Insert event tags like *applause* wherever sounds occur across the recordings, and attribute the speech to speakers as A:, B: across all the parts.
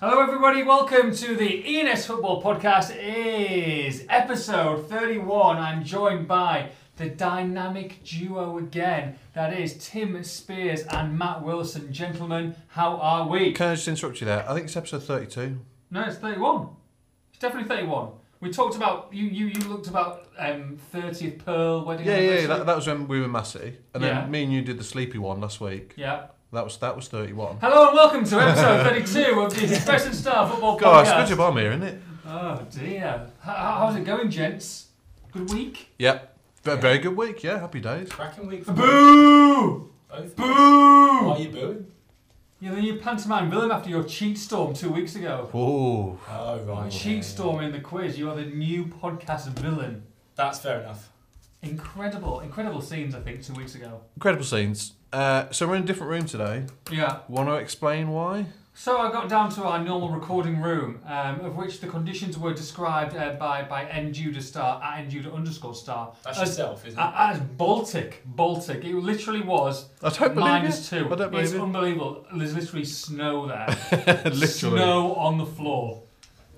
A: Hello, everybody. Welcome to the ENS Football Podcast. It is episode 31. I'm joined by the dynamic duo again. That is Tim Spears and Matt Wilson. Gentlemen, how are we?
B: Can I just interrupt you there? I think it's episode 32.
A: No, it's 31. It's definitely 31. We talked about you. You, you looked about um, 30th Pearl wedding.
B: Yeah, yeah,
A: anniversary.
B: yeah. That, that was when we were in Mass City. And
A: Yeah.
B: then me and you did the sleepy one last week.
A: yeah.
B: That was that was 31.
A: Hello and welcome to episode 32 of the Express and Star Football Podcast.
B: *laughs* Gosh, good job I'm here, isn't it?
A: Oh dear. How, how's it going, gents? Good week.
B: Yep. Ve- Very good week, yeah. Happy days.
C: Cracking week for
A: Boo!
C: both. Why
A: Boo!
C: are you booing?
A: Oh, Yeah, then you pantomime villain after your cheat storm two weeks ago.
B: Whoa.
C: Oh right.
A: Cheat storm in the quiz. You are the new podcast villain.
C: That's fair enough.
A: Incredible, incredible scenes. I think two weeks ago.
B: Incredible scenes. Uh, so we're in a different room today.
A: Yeah.
B: Want to explain why?
A: So I got down to our normal recording room, um, of which the conditions were described uh, by by njuda star at njuda underscore star
C: That's
A: as,
C: yourself, isn't it?
A: a- as Baltic, Baltic. It literally was
B: I don't believe
A: minus two.
B: I don't believe
A: it's
B: you.
A: unbelievable. There's literally snow
B: *laughs*
A: there.
B: it. Literally.
A: Snow on the floor.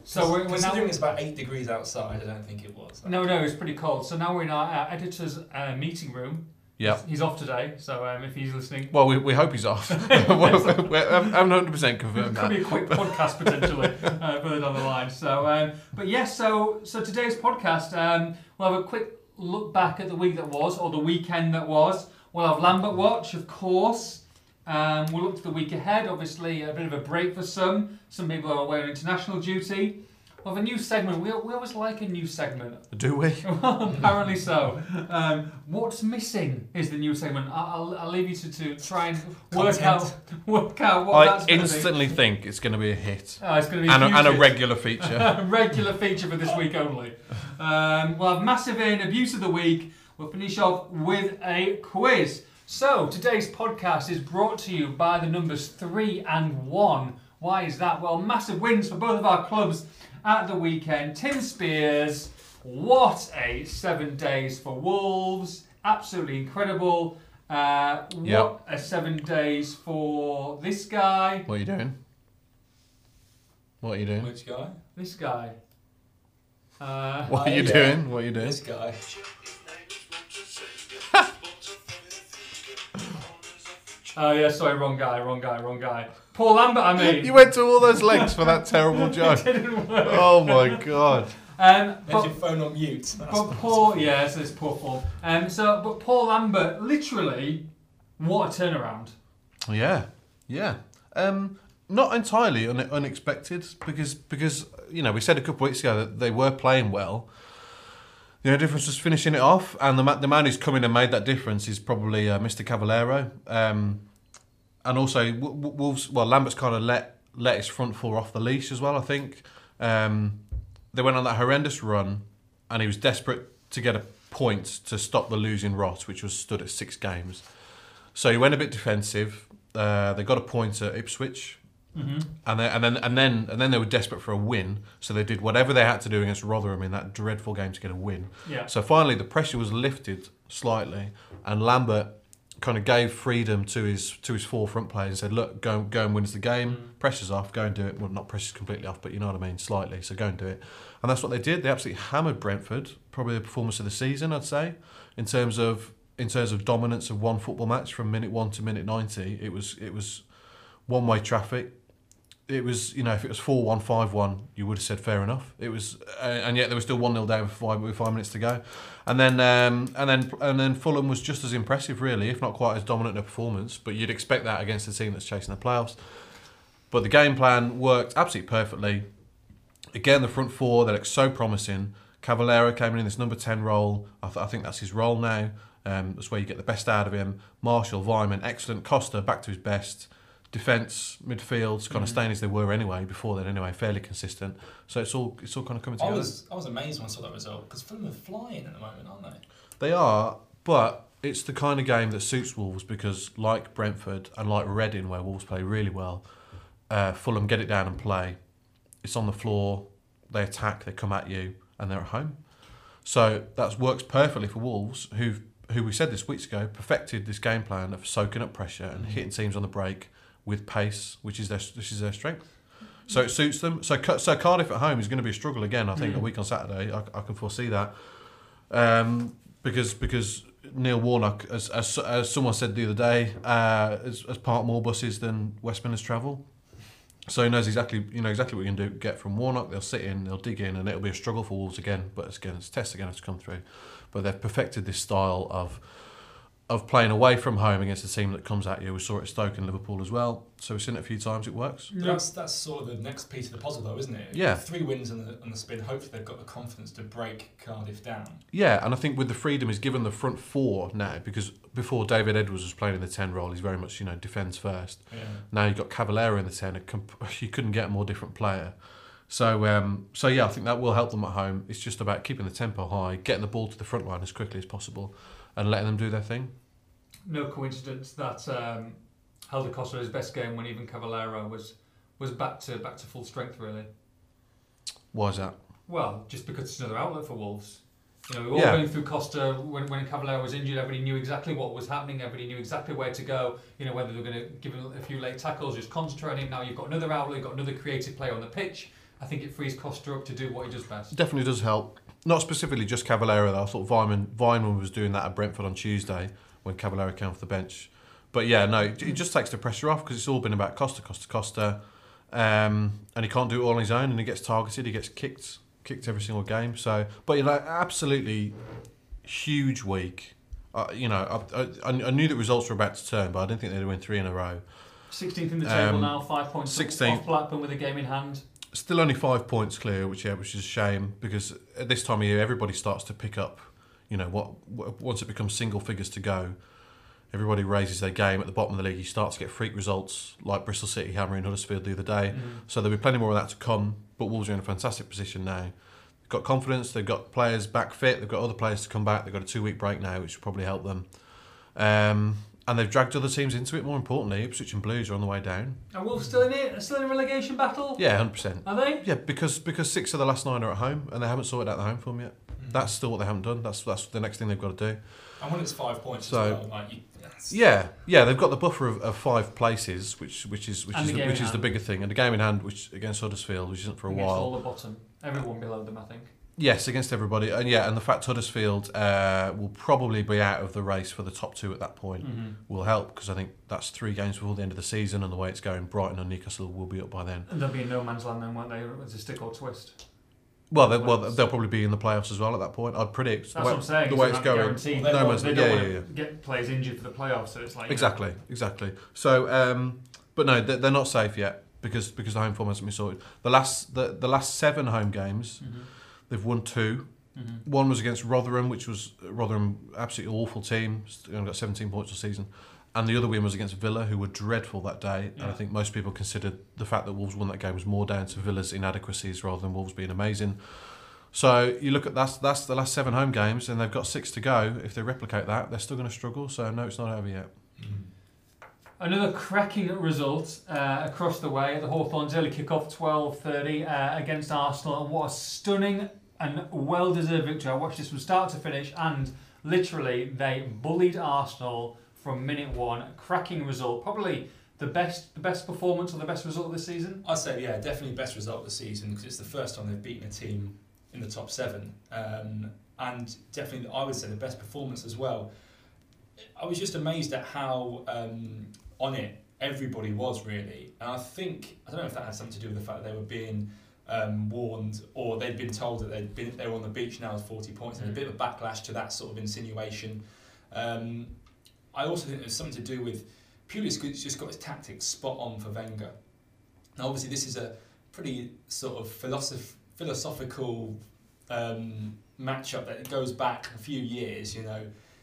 A: So we're, we're
C: Considering
A: now.
C: it's about eight degrees outside, I don't think it was.
A: No, no, it's pretty cold. So now we're in our, our editor's uh, meeting room.
B: Yeah.
A: He's off today, so um, if he's listening,
B: Well, we, we hope
A: *laughs*
B: he's off. *laughs* We're- we're- I'm I'm 100%
A: could
B: confirmed that.
A: be a quick podcast potentially uh, further down the line. So, um, but yes, so so today's podcast, um, we'll have a quick look back at the week that was, or the weekend that was. We'll have Lambert Watch, of course. Um, we'll look to the week ahead. Obviously, a bit of a break for some. Some people are away on international duty. We'll have a new segment. We, we always like a new segment. *laughs*
B: Do we?
A: Well, apparently so. Um, what's missing is the new segment. I- I'll, I'll leave you to, to try and work out
C: Content.
A: work out what
B: I
A: that's going to be.
B: instantly think it's going to be a hit.
A: Oh, it's going to be
B: And a,
A: huge
B: and a
A: hit.
B: regular feature.
A: *laughs* A regular feature for this week only. Um, we'll have massive in abuse of the week. We'll finish off with a quiz. So today's podcast is brought to you by the numbers three and one. Why is that? Well, massive wins for both of our clubs at the weekend. Tim Spears, what a seven days for Wolves! Absolutely incredible. Uh, what
B: Yep.
A: a seven days for this guy.
B: What are you doing? What are you doing?
C: Which guy?
A: This guy. Uh,
B: What are you
C: yeah.
B: doing? What are you doing?
C: This guy.
A: Oh yeah, sorry, wrong guy, wrong guy, wrong guy. Paul Lambert, I mean.
B: You went to all those lengths for that terrible joke.
A: *laughs* didn't work.
B: Oh my god.
A: Um,
C: There's
A: but,
C: your phone on mute. That's
A: but Paul, yeah, so it's poor form. Um, so, but Paul Lambert, literally, what a turnaround.
B: Yeah, yeah. Um, not entirely un- unexpected because because you know we said a couple weeks ago that they were playing well. The only difference was finishing it off, and the ma- the man who's come in and made that difference is probably uh, Mr. Cavallero. Um, and also w- w- Wolves. Well, Lambert's kind of let let his front four off the leash as well. I think um, they went on that horrendous run, and he was desperate to get a point to stop the losing rot, which was stood at six games. So he went a bit defensive. Uh, they got a point at Ipswich,
A: Mm-hmm.
B: and then, and then and then and then they were desperate for a win. So they did whatever they had to do against Rotherham in that dreadful game to get a win.
A: Yeah.
B: So finally, the pressure was lifted slightly, and Lambert kind of gave freedom to his to his four front players and said, "Look, go go and win us the game. Pressure's off. Go and do it. Well, not pressure's completely off, but you know what I mean, slightly. So go and do it." And that's what they did. They absolutely hammered Brentford. Probably the performance of the season, I'd say, in terms of in terms of dominance of one football match from minute one to minute ninety. It was it was one way traffic. It was, you know, if it was 4 1, 5 1, you would have said fair enough. It was, uh, and yet they were still 1 0 down with five, with five minutes to go. And then, um, and then, and then Fulham was just as impressive, really, if not quite as dominant a performance. But you'd expect that against a team that's chasing the playoffs. But the game plan worked absolutely perfectly. Again, the front four they looked so promising. Cavallero came in in this number ten role. I, th- I think that's his role now. Um, that's where you get the best out of him. Marshall, Vyman, excellent. Costa back to his best. Defense, midfield,
C: Mm-hmm.
B: kind of staying as they were anyway before then. Anyway, fairly consistent. So it's all it's all kind of coming
C: I
B: together.
C: was I was amazed when I saw that result because Fulham are flying at the moment, aren't they?
B: They are, but it's the kind of game that suits Wolves because, like Brentford and like Reading, where Wolves play really well, uh, Fulham get it down and play. It's on the floor, they attack, they come at you, and they're at home. So that works perfectly for Wolves, who who we said this weeks ago perfected this game plan of soaking up pressure and hitting teams on the break with pace, which is their which is their strength. So it suits them. So Ca- so Cardiff at home is going to be a struggle again. I think a week on Saturday, I, I can foresee that um, because because Neil Warnock, as, as, as someone said the other day, uh, has, has parked more buses than Westminster travel. So he knows exactly you know exactly what you can do get from Warnock. They'll sit in, they'll dig in, and it'll be a struggle for Wolves again. But it's again, it's a test again to come through. But they've perfected this style of of playing away from home against a team that comes at you. We saw it at Stoke and Liverpool as well. So we've seen it a few times. It works.
C: But That's that's sort of the next piece of the puzzle, though, isn't it?
B: Yeah.
C: Three wins on the, on the spin. Hopefully, they've got the confidence to break Cardiff down.
B: Yeah, and I think with the freedom he's given the front four now because before David Edwards was playing in the ten role, he's very much you know defence first.
C: Yeah.
B: Now you've got Cavalera in the ten. a comp- *laughs* You couldn't get a more different player. So um, so yeah, I think that will help them at home. It's just about keeping the tempo high, getting the ball to the front line as quickly as possible, and letting them do their thing.
A: No coincidence that um, Helder Costa his best game when even Cavallero was was back to back to full strength really.
B: Why is that?
A: Well, just because it's another outlet for Wolves. You know, we were all
B: Yeah.
A: going through Costa when, when Cavallero was injured. Everybody knew exactly what was happening. Everybody knew exactly where to go. You know, whether they were going to give him a few late tackles, just concentrate on him. Now you've got another outlet, you've got another creative player on the pitch. I think it frees Costa up to do what he does best.
B: Definitely does help. Not specifically just Cavallero though. I thought Vyman Vyman was doing that at Brentford on Tuesday when Cavallero came off the bench. But yeah, no, it, it just takes the pressure off because it's all been about Costa, Costa, Costa, um, and he can't do it all on his own. And he gets targeted, he gets kicked, kicked every single game. So, but you know, absolutely huge week. Uh, you know, I, I, I knew that results were about to turn, but I didn't think they'd win three in a row.
A: 16th in the table
B: Um,
A: now, five points
B: 16th.
A: off Blackburn with a game in hand.
B: still only five points clear, which yeah, which is a shame because at this time of year everybody starts to pick up. You know what? what once it becomes single figures to go, everybody raises their game at the bottom of the league. You start to get freak results like Bristol City hammering Huddersfield the other day.
A: Mm-hmm.
B: So there'll be plenty more of that to come. But Wolves are in a fantastic position now. They've got confidence. They've got players back fit. They've got other players to come back. They've got a two week break now, which will probably help them. Um, and they've dragged other teams into it. More importantly, Ipswich and Blues are on the way down.
A: Are Wolves still in it? Still in a relegation battle?
B: Yeah, hundred percent.
A: Are they?
B: Yeah, because because six of the last nine are at home and they haven't sorted out the home form
A: Mm.
B: yet. That's still what they haven't done. That's that's the next thing they've got to do.
C: Mm. And when it's five points
B: So-
C: as well, like you, that's-
B: Yeah, yeah, they've got the buffer of, of five places, which which is which
A: And
B: is
A: the
B: the,
A: game
B: which
A: in
B: is the
A: hand.
B: bigger thing, and a game in hand, which against Huddersfield, which isn't for a
A: Against
B: while.
A: all the bottom. Everyone below them, I think.
B: Yes, against everybody, and yeah, and the fact Huddersfield uh, will probably be out of the race for the top two at that
A: Mm.
B: point
A: Mm-hmm.
B: will help because I think that's three games before the end of the season, and the way it's going, Brighton and Newcastle will be up by then.
A: And they'll be in no man's land then, won't they? It's a stick or twist.
B: Well, they, well, they'll probably be in the playoffs as well at that point. I'd predict the
A: That's
B: way-
A: what I'm saying.
B: the way it's going.
A: guaranteed.
C: No
A: They don't-
B: man's
A: they
B: land.
A: don't
B: Yeah,
A: want
B: yeah,
A: to get players injured for the playoffs, so it's like you know,
B: Exactly, exactly. So, um, but no, they're, they're not safe yet because because the home form hasn't been sorted. The last the, the last seven home games,
A: Mm-hmm.
B: they've won 2 One was against Rotherham, which was Rotherham absolutely awful team. st- Only got seventeen points all season, and the other win was against Villa, who were dreadful that day. And I
A: Yeah.
B: think most people considered the fact that Wolves won that game was more down to Villa's inadequacies rather than Wolves being amazing. So you look at that's that's the last seven home games, and they've got six to go. If they replicate that, they're still going to struggle. So no, it's not over yet.
C: Mm.
A: Another cracking result uh, across the way at the Hawthorns early kick-off, 12.30 uh, against Arsenal. And what a stunning and well-deserved victory. I watched this from start to finish and literally they bullied Arsenal from minute one. Cracking result. Probably the best the best performance or the best result of this *laughs* season.
C: I'd say, yeah, definitely best result of the season because it's the first time they've beaten a team in the top seven. Um, and definitely, I would say the best performance as well. I was just amazed at how um, on it everybody was, really. And I think, I don't know if that had something to do with the fact that they were being um, warned or they'd been told that they'd been, they were on the beach now with 40 points and a bit of a backlash to that sort of insinuation. Um, I also think there's something to do with Pulis just got his tactics spot on for Wenger. Now, obviously, this is a pretty sort of philosoph- philosophical um, matchup that goes back a few years. You know,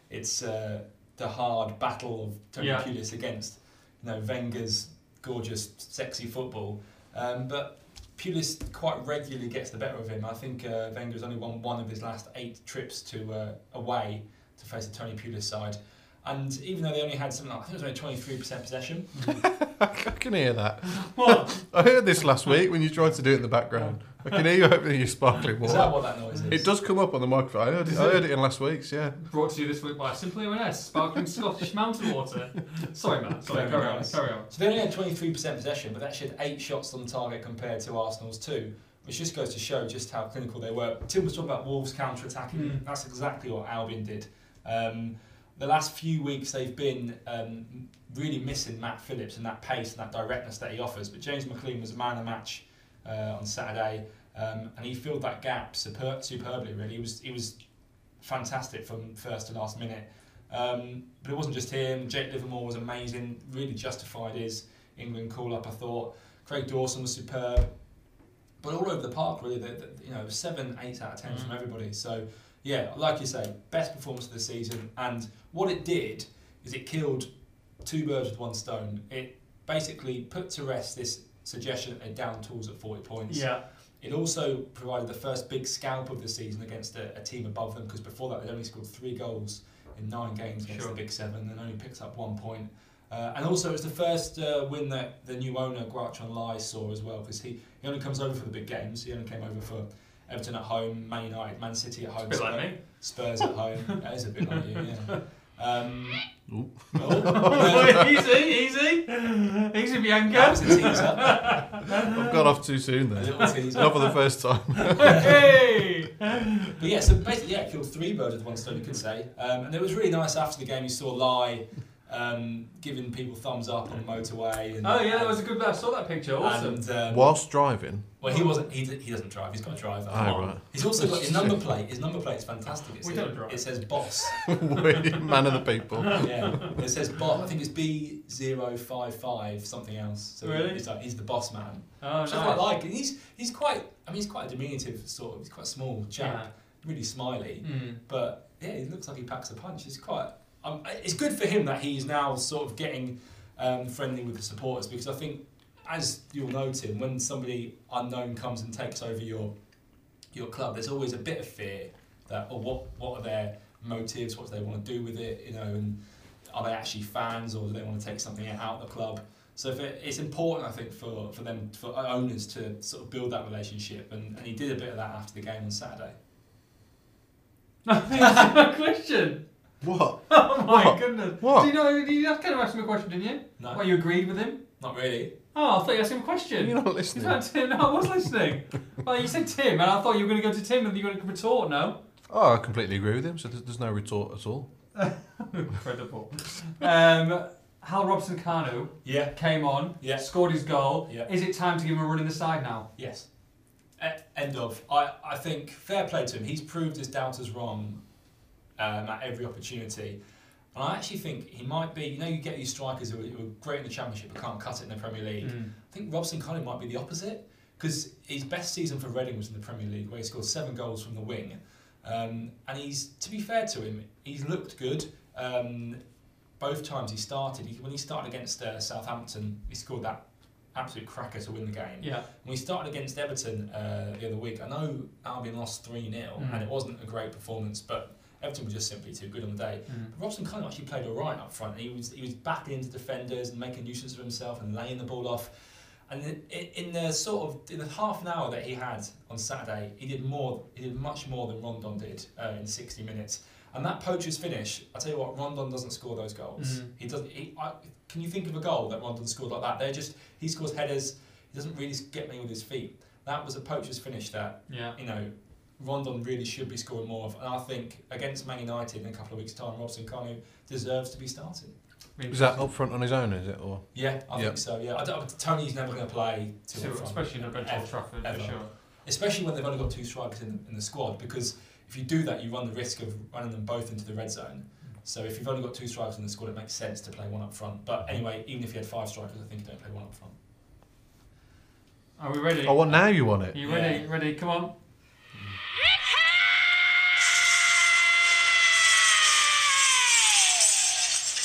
C: it's uh, the hard battle of Tony
A: Yeah.
C: Pulis against you know Wenger's gorgeous, sexy football. Um, but Pulis quite regularly gets the better of him. I think uh, Wenger's only won one of his last eight trips to uh, away to face the Tony Pulis side. And even though they only had something like, I think it was only 23% possession,
B: I can hear that.
A: What?
B: I heard this last week when you tried to do it in the background. I can hear you opening your sparkling
C: Is that
B: water.
C: what that noise is?
B: It does come up on the microphone. I heard it, I heard it in last week's, yeah.
A: Brought to you this week by Simply ONS, sparkling Scottish mountain water. Sorry, Matt. Sorry,
C: Very
A: carry on.
C: nice.
A: Carry on.
C: So they only had 23% possession, but that actually had eight shots on target compared to Arsenal's two, which just goes to show just how clinical they were. Tim was talking about Wolves counter attacking.
A: Mm.
C: That's exactly what Albion did. Um, the last few weeks they've been um, really missing Matt Phillips and that pace and that directness that he offers. But James McLean was a man of the match uh, on Saturday, um, and he filled that gap super- superbly. Really, he was he was fantastic from first to last minute. Um, but it wasn't just him. Jake Livermore was amazing, really justified his England call up. I thought Craig Dawson was superb, but all over the park really. The, the- you know, seven, eight out of ten from
A: Mm.
C: everybody. So yeah, like you say, best performance of the season. And what it did is it killed two birds with one stone. It basically put to rest this suggestion that they're down tools at forty points.
A: Yeah.
C: It also provided the first big scalp of the season against a, a team above them because before that they'd only scored three goals in nine games against
A: Sure.
C: the Big Seven and only picked up one point. Uh, and also, it was the first uh, win that the new owner, Guarchon Lai, saw as well because he, he only comes over for the big games. He only came over for Everton at home, Man United, Man City
A: It's
C: at
A: a
C: home,
A: bit
C: Spurs-
A: like me.
C: Spurs
A: *laughs*
C: at home. that is a bit like you, yeah. Um,
B: Ooh.
A: *laughs*
C: oh,
A: easy, easy. Easy,
C: that
A: *laughs* Bianca.
C: was a teaser.
B: I've gone off too soon
C: A
B: there.
C: little teaser.
B: Not for the first time.
A: hey!
C: But yeah, so basically, yeah, killed three birds with one stone, you could say. Um, and it was really nice after the game. You saw Lai um, giving people thumbs up on the motorway. And,
A: Oh, yeah, that was a good I saw that picture. Awesome.
C: And, um,
B: Whilst driving,
C: Well, he wasn't. He, d- he doesn't drive. He's got a driver.
B: Oh,
C: Come on.
B: right.
C: He's also got his number plate. His number plate's fantastic. It
A: We
C: says,
A: don't drive.
C: It says boss.
B: *laughs* we- man of the people.
C: yeah. It says boss. I think it's B 55 something else. So
A: Really?
C: He's like he's the boss man.
A: oh,
C: Which I quite
A: nice.
C: like. And he's he's quite. I mean, he's quite a diminutive sort of. He's quite a small chap. Really smiley.
A: Yeah. *laughs* Mm.
C: But yeah, he looks like he packs a punch. It's quite. Um, it's good for him that he's now sort of getting um, friendly with the supporters because I think, as you'll know, Tim, when somebody unknown comes and takes over your your club, there's always a bit of fear that, oh, what what are their motives? What do they want to do with it? You know, and are they actually fans or do they want to take something out of the club? So if it, it's important, I think, for, for them, for owners to sort of build that relationship. And, and he did a bit of that after the game on Saturday.
A: That's my question.
B: What?
A: Oh my
B: What?
A: goodness.
B: What?
A: Do you know? You just kind of asked him a question, didn't you?
C: No,
A: Well, you agreed with him.
C: not really.
A: Oh, I thought you asked him a question.
B: You're not
A: Is
B: listening.
A: that Tim? *laughs* No, I was listening. well, you said Tim, and I thought you were going to go to Tim and you were going to retort. No.
B: Oh, I completely agree with him. So there's, there's no retort at all.
A: Incredible. um, Hal Robson Kanu
C: Yeah.
A: came on,
C: Yeah.
A: scored his goal.
C: Yeah.
A: Is it time to give him a run in the side now?
C: Yes. E- end of. I, I think fair play to him. He's proved his doubters wrong um, at every opportunity. And I actually think he might be. You know, you get these strikers who are, who are great in the Championship but can't cut it in the Premier League.
A: Mm.
C: I think Robson Collin might be the opposite because his best season for Reading was in the Premier League, where he scored seven goals from the wing. Um, and he's, to be fair to him, he's looked good. Um, both times he started, he, when he started against uh, Southampton, he scored that absolute cracker to win the game.
A: Yeah.
C: We started against Everton uh, the other week. I know Albion lost 3 0,
A: Mm.
C: and it wasn't a great performance, but Everton were just simply too good on the day.
A: Mm.
C: But Robson kind of actually played all right up front. He was, he was backing into defenders and making nuisance of himself and laying the ball off. And in, in in the sort of in the half an hour that he had on Saturday, he did more. He did much more than Rondon did uh, in 60 minutes. And that poacher's finish, I tell you what, Rondon doesn't score those goals.
A: Mhm.
C: He doesn't. He, I, can you think of a goal that Rondon scored like that? They're just he scores headers. He doesn't really get me with his feet. That was a poacher's finish that
A: Yeah.
C: you know, Rondon really should be scoring more of. And I think against Man United in a couple of weeks' time, Robson Kanu deserves to be starting.
B: Is that up front on his own? Is it or?
C: Yeah, I
B: Yeah.
C: think so. Yeah, I don't, Tony's never going to play two up
A: So,
C: front,
A: especially in a bench Old Trafford, for
C: ever.
A: sure.
C: especially when they've only got two strikers in, in the squad. Because if you do that, you run the risk of running them both into the red zone. So if you've only got two strikers in the squad, it makes sense to play one up front. But anyway, even if you had five strikers, I think you don't play one up front.
A: Are we ready?
B: Oh, well, now you want it.
A: you ready? Ready? Come on.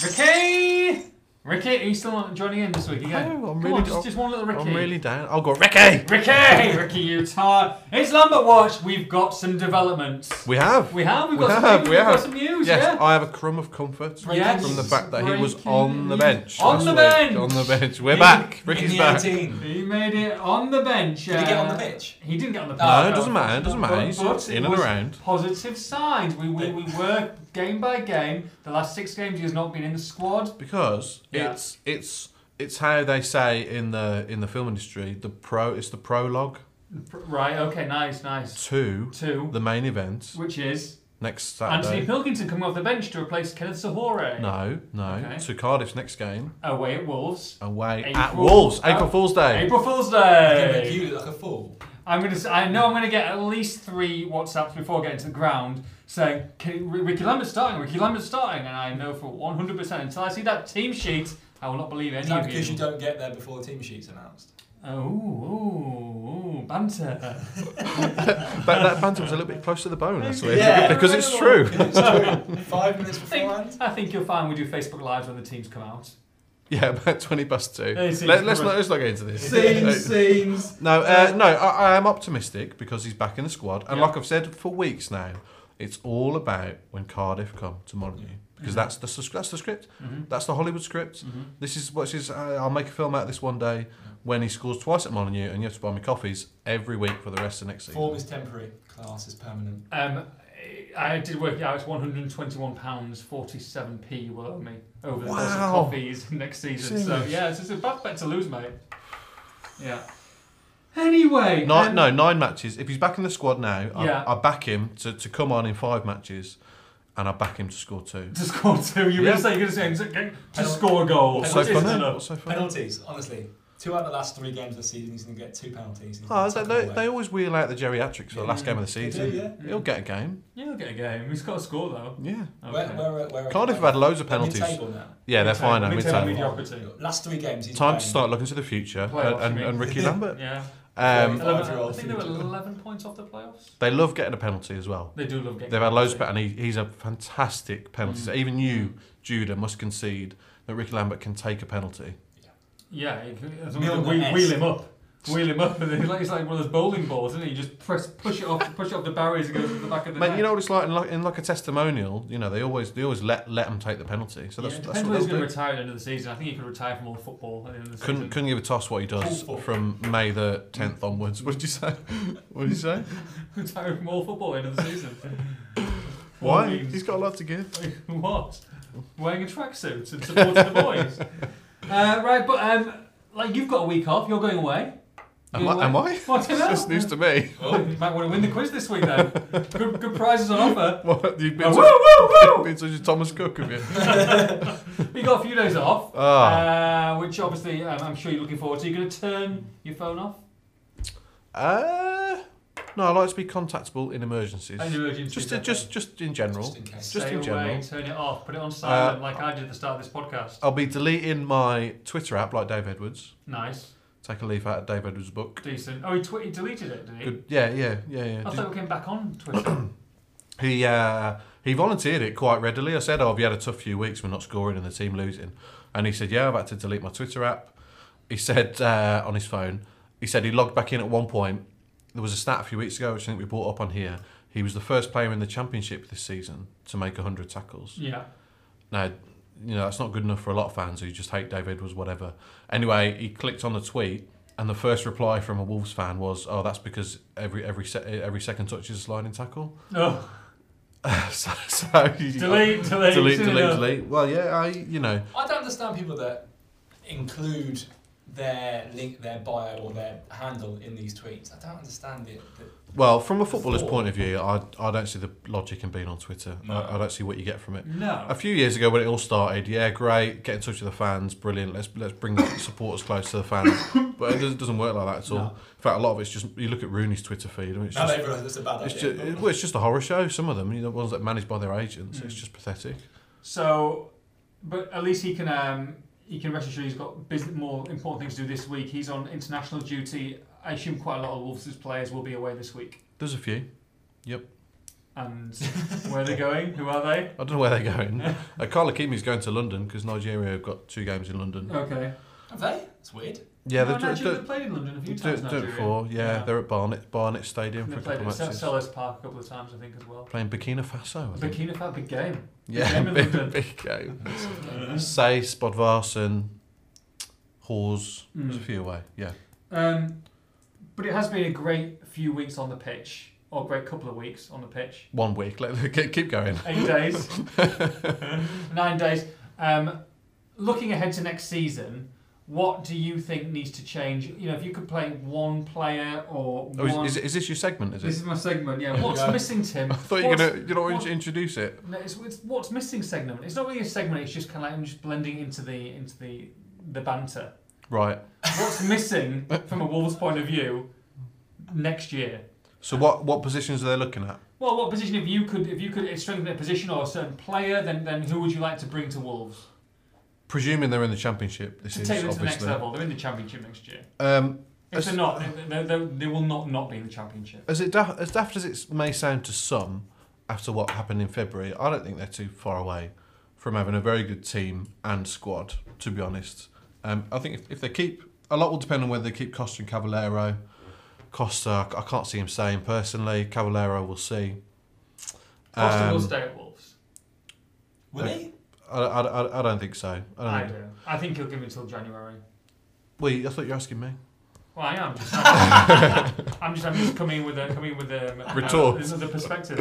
A: Ricky! Ricky, are you still not joining in this week again?
B: know,
A: Come
B: I'm really-
A: on, just,
B: I'm-
A: just one little Ricky.
B: I'm really down. I'll go Ricky.
A: Ricky, Ricky, you tart. It's Lambert Watch. We've got some developments.
B: We have.
A: We have. We've
B: We
A: got some.
B: have,
A: Have,
B: we
A: we've got
B: have.
A: some news.
B: Yes,
A: Yeah.
B: I have a crumb of comfort
A: Yes.
B: from the fact that he was
A: Breaking
B: on the
A: news.
B: bench.
A: On the
B: last week.
A: bench.
B: On the bench. We're
C: In-
B: back.
C: in
B: Ricky's
C: the
B: back.
C: 18.
A: He made it on the bench.
C: Did he get on the
A: uh,
C: pitch?
A: He didn't get on the bench.
B: No,
C: Oh,
B: it doesn't
C: no.
B: matter. It doesn't matter.
A: But-
B: He's
A: but it
B: in and
A: was
B: around.
A: Positive signs. We, we, we were game by game. The last six games he has not been in the squad.
B: Because
A: Yeah.
B: it's it's it's how they say in the in the film industry the pro it's the prologue
A: Right. Okay. Nice. Nice.
B: to
A: Two,
B: the main event
A: which is
B: next
A: Anthony
B: Saturday.
A: Pilkington coming off the bench to replace Kenneth Sahore.
B: No, no.
A: Okay.
B: To Cardiff's next game
A: Away at Wolves.
B: away
A: April-
B: at Wolves. April
A: Oh,
B: Fool's Day.
A: April Fool's
C: Gonna make
A: Day.
C: you look like a fool.
A: I'm gonna. s- I know I'm gonna get at least three WhatsApps before getting to the ground saying Can, R- Ricky Lambert's starting. Ricky Lambert's starting, and I know for 100 percent until I see that team sheet, I will not believe any
C: Is that
A: of
C: because
A: you.
C: you don't get there before the team sheet's announced?
A: oh, ooh, ooh, banter.
B: That, that banter was a little bit close to the bone last week *laughs*
C: Yeah.
B: because it's true.
C: It's true.
B: *laughs*
C: Five minutes
A: I think,
C: beforehand.
A: I think you'll find we do Facebook Lives when the teams come out.
B: Yeah, about twenty past two.
A: It seems
B: Let, let's
A: correct.
B: not let's not get into this. *laughs*
C: Scenes,
B: Uh,
C: scenes.
B: No, uh, no, I, I am optimistic because he's back in the squad, and
A: Yeah.
B: like I've said for weeks now, it's all about when Cardiff come to Molyneux
A: Mhm.
B: because
C: Mm-hmm.
B: that's the sus- that's the script,
A: Mm-hmm.
B: that's the Hollywood script.
A: Mm-hmm.
B: This is what is. Uh, I'll make a film out of this one day when he scores twice at Molyneux, and you have to buy me coffees every week for the rest of next season.
C: Form is temporary, class is permanent.
A: Um, I did work it out. It's one hundred and twenty-one pounds forty-seven p will owe me over the course of
B: Wow.
A: coffees *laughs* next season. So
B: Serious?
A: yeah, it's, it's a bad bet to lose, mate. Yeah. Anyway,
B: Nine,
A: um,
B: no, nine matches. If he's back in the squad now,
A: Yeah.
B: I, I back him to, to come on in five matches, and I back him to score two.
A: to score two. You were
B: Yeah.
A: gonna say you're gonna say to
C: Penal-
A: score a goal.
B: What's so
A: What is
B: funny?
A: it?
B: What's so funny?
C: Penalties, honestly. Two out of the last three games of the season, he's going to get two penalties. and he's
B: Oh,
C: gonna
B: is that,
C: tuck them
B: they,
C: away.
B: they always wheel out the geriatrics for the last
A: Mm.
B: game of the
C: They do,
B: season.
C: yeah.
B: He'll get a game.
A: Yeah, he'll Mm. get a game. He's got to score though.
B: Yeah.
A: Okay.
C: Where, where, where are
B: Cardiff
C: they?
B: have had loads of
C: They're
B: penalties.
C: Mid-table now.
B: Yeah, they're
A: Mid-table-
B: fine now.
A: mid-table
B: Mid-table.
A: mediocrity.
C: Last three games, he's
B: Time
C: playing.
B: to start looking to the future
A: Playoffs,
B: and, and,
A: you mean?
B: and Ricky Lambert.
A: Yeah.
B: Um,
C: Yeah.
A: 11 I
C: Five-year-old
A: think they were
C: future.
A: eleven points off the playoffs.
B: they love getting a penalty as well.
A: They do love getting.
B: They've had loads of penalties. He, he's a fantastic penalty. So
A: Mm.
B: even you, Judah, must concede that Ricky Lambert can take a penalty.
A: Yeah, he could- as long as
C: Milner
A: we
C: esque.
A: wheel him up. Wheel him up, and then he's like, he's like one of those bowling balls, isn't he? You just press, push it off, push it off the barriers, and goes to the back of the
B: Man,
A: net.
B: you know what it's like in, like in like a testimonial. You know they always they always let let him take the penalty. So that's
A: yeah, it
B: that's
A: depends
B: what
A: whether
B: they'll
A: he's going to
B: do.
A: retire at the end of the season. I think he could retire from all the football at the end of the
B: Couldn't
A: season.
B: couldn't give a toss what he does
C: Football.
B: from May the tenth onwards. *laughs* What did you say? What did you say?
A: retire from all football at the end of the season. Four
B: *laughs* Why?
A: games.
B: He's got a lot to give.
A: *laughs* what? Wearing a tracksuit and supporting the
B: *laughs*
A: boys. Uh, right, but um, like you've got a week off. You're going away.
B: Am
A: You're
B: I?
A: away.
B: Am I?
A: Well, I don't know. *laughs*
B: That's news to me.
A: Oh, You might want to win the quiz this week
B: *laughs*
A: then. good, good prizes on offer.
B: What, you've been,
A: Oh,
B: such,
A: woo, woo, woo!
B: been such a Thomas
A: *laughs*
B: Cook of you.
A: But you got a few days off.
B: Ah.
A: Uh, which obviously um, I'm sure you're looking forward to. You're going to turn your phone off
B: Uh, no, I like to be contactable in emergencies.
A: and emergency.
B: Just, just, just in general.
C: Just in case.
B: just
A: Stay
B: in
A: away,
B: general. Uh, oh.
A: turn it off, put it on silent like I did at the start of this podcast.
B: I'll be deleting my Twitter app like Dave Edwards.
A: Nice,
B: Take a leaf out of Dave Edwards' book.
A: decent. Oh, he, tw- he deleted it, did he?
B: Good. Yeah, yeah, yeah, yeah.
A: I
B: Just-
A: thought we came back on
B: *coughs*
A: Twitter.
B: He uh, he volunteered it quite readily. I said, "Oh, have you had a tough few weeks? We're not scoring and the team losing." And he said, "Yeah, I've had to delete my Twitter app." He said uh, on his phone. He said he logged back in at one point. There was a stat a few weeks ago, which I think we brought up on here. He was the first player in the championship this season to make 100 tackles.
A: yeah,
B: Now, you know that's not good enough for a lot of fans who just hate David was whatever. Anyway, he clicked on the tweet, and the first reply from a Wolves fan was, "Oh, that's because every every se- every second touch is a sliding tackle." *laughs*
A: no,
B: so, so
A: delete, *laughs* delete,
B: delete, delete,
A: soon enough.
B: delete. Well, yeah, I, you know,
C: I don't understand people that include their link, their bio, or their handle in these tweets. I don't understand it. The-
B: well, from a footballer's
C: Four.
B: point of view, I, I don't see the logic in being on Twitter.
C: No.
B: I, I don't see what you get from it.
A: No,
B: A few years ago, when it all started, yeah, great, get in touch with the fans, brilliant. Let's let's bring
A: *coughs*
B: the supporters close to the fans, but it doesn't, doesn't work like that at all.
A: No.
B: In fact, a lot of it's just you look at Rooney's Twitter feed, and it's
C: Now
B: just.
C: they realise it's a bad
B: It's
C: idea.
B: just, well, it's just a horror show. Some of them, you know, the ones that are managed by their agents, it's
A: Mm.
B: just pathetic.
A: so but at least he can um, he can rest assured he's got business, more important things to do this week. He's on international duty. I assume quite a lot of Wolves' players will be away this week.
B: There's a few.
A: and where
B: *laughs*
A: they're going. Who are they?
B: I don't know where they're
A: *laughs*
B: going. uh, Carla Kimi's going to London because Nigeria have got two games in London.
A: Okay.
C: Have they? It's weird.
B: yeah,
A: no,
B: they've done-
A: Nigeria,
B: done-
A: they've played in London a few
B: done
A: times.
B: done it
A: Nigeria.
B: before. Yeah,
A: Yeah.
B: they're at Barnet Barnet Stadium
A: And They
B: for a
A: played
B: couple
A: at
B: of
A: Sel-
B: matches.
A: Sellers Park a couple of times, I think, as well.
B: Playing Burkina Faso. I think.
A: Burkina Faso, big game.
B: yeah,
A: game in London.
B: big, big game. Say Spodvarsen, Hawes. There's a
A: Mm.
B: few away. Yeah.
A: Um, but it has been a great few weeks on the pitch, or great couple of weeks on the pitch.
B: One week. Let keep keep going. *laughs*
A: eight days, *laughs* nine days. Um, looking ahead to next season, what do you think needs to change? You know, if you could play one player or
B: Oh,
A: one.
B: is, is, it- is this your segment? Is it?
A: this is my segment. Yeah, what's
C: Yeah.
A: missing, Tim?
B: *laughs* I thought you were
A: What's-
B: gonna you know
A: what-
B: introduce it.
A: No, it's, it's what's missing segment. It's not really a segment. It's just kind of like I'm just blending into the into the the banter.
B: Right.
A: What's
B: *laughs*
A: missing from a Wolves point of view next year?
B: So what what positions are they looking at?
A: Well, what position if you could if you could strengthen a position or a certain player, then then who would you like to bring to Wolves?
B: Presuming they're in the championship. This
A: to
B: is
A: take them to the next
B: obviously.
A: level. They're in the championship next year.
B: um,
A: If
B: As-
A: they're not, they, they, they, they will not not be in the championship.
B: as it da- as daft as it may sound to some, after what happened in February, I don't think they're too far away from having a very good team and squad. To be honest, um, I think if, if they keep a lot will depend on whether they keep Costa and Cavallero. Costa, I c- I can't see him staying personally. Cavallero, we'll see.
A: Costa will
B: Um,
A: stay at Wolves.
C: Were
B: Uh,
C: they?
B: I, I, I, I don't think so. I don't
A: I
B: think-
A: do. I think he'll give until January.
B: Wait, I thought you were asking me.
A: Well, I
B: *laughs*
A: am. Just, *laughs* I'm just. I'm just coming with a coming with a
B: Retort.
A: another perspective.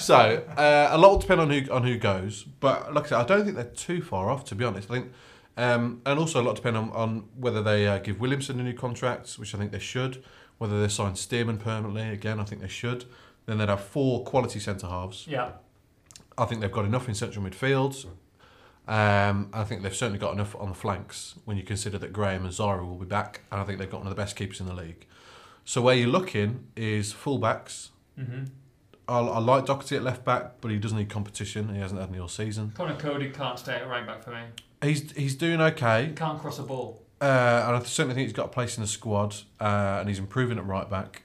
B: So uh, a lot will depend on who on who goes, but like I said, I don't think they're too far off. To be honest, I think, um, and also a lot depend on, on whether they uh, give Williamson a new contract, which I think they should. Whether they sign Stearman permanently again, I think they should. Then they'd have four quality centre halves.
A: Yeah.
B: I think they've got enough in central midfield. Um, I think they've certainly got enough on the flanks when you consider that Graham and Zara will be back, and I think they've got one of the best keepers in the league. So where you're looking is fullbacks.
A: Mm-hmm.
B: I, I like Doherty at left back, but he doesn't need competition. He hasn't had any all season.
A: Connor Cody can't stay at right back for me.
B: He's he's doing
A: He
B: okay,
A: can't cross a ball.
B: uh, and I certainly think he's got a place in the squad, uh, and he's improving at right back.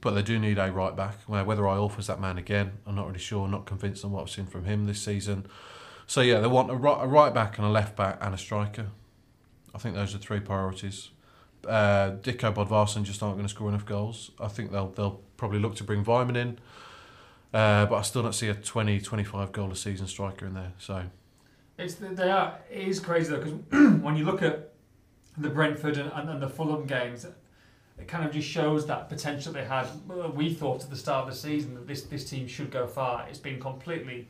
B: But they do need a right back. Well, Whether I offers that man again, I'm not really sure. Not convinced on what I've seen from him this season. So yeah, they want a right, a right back and a left back and a striker. I think those are three priorities. Uh, Dicko Bodvarsson just aren't going to score enough goals. I think they'll they'll probably look to bring Vyman in, uh, but I still don't see a 20, 25 goal a season striker in there. So
A: It's they are. It is crazy though because *clears throat* when you look at the Brentford and, and, and the Fulham games, it kind of just shows that potential they had. Well, We thought at the start of the season that this this team should go far. It's been completely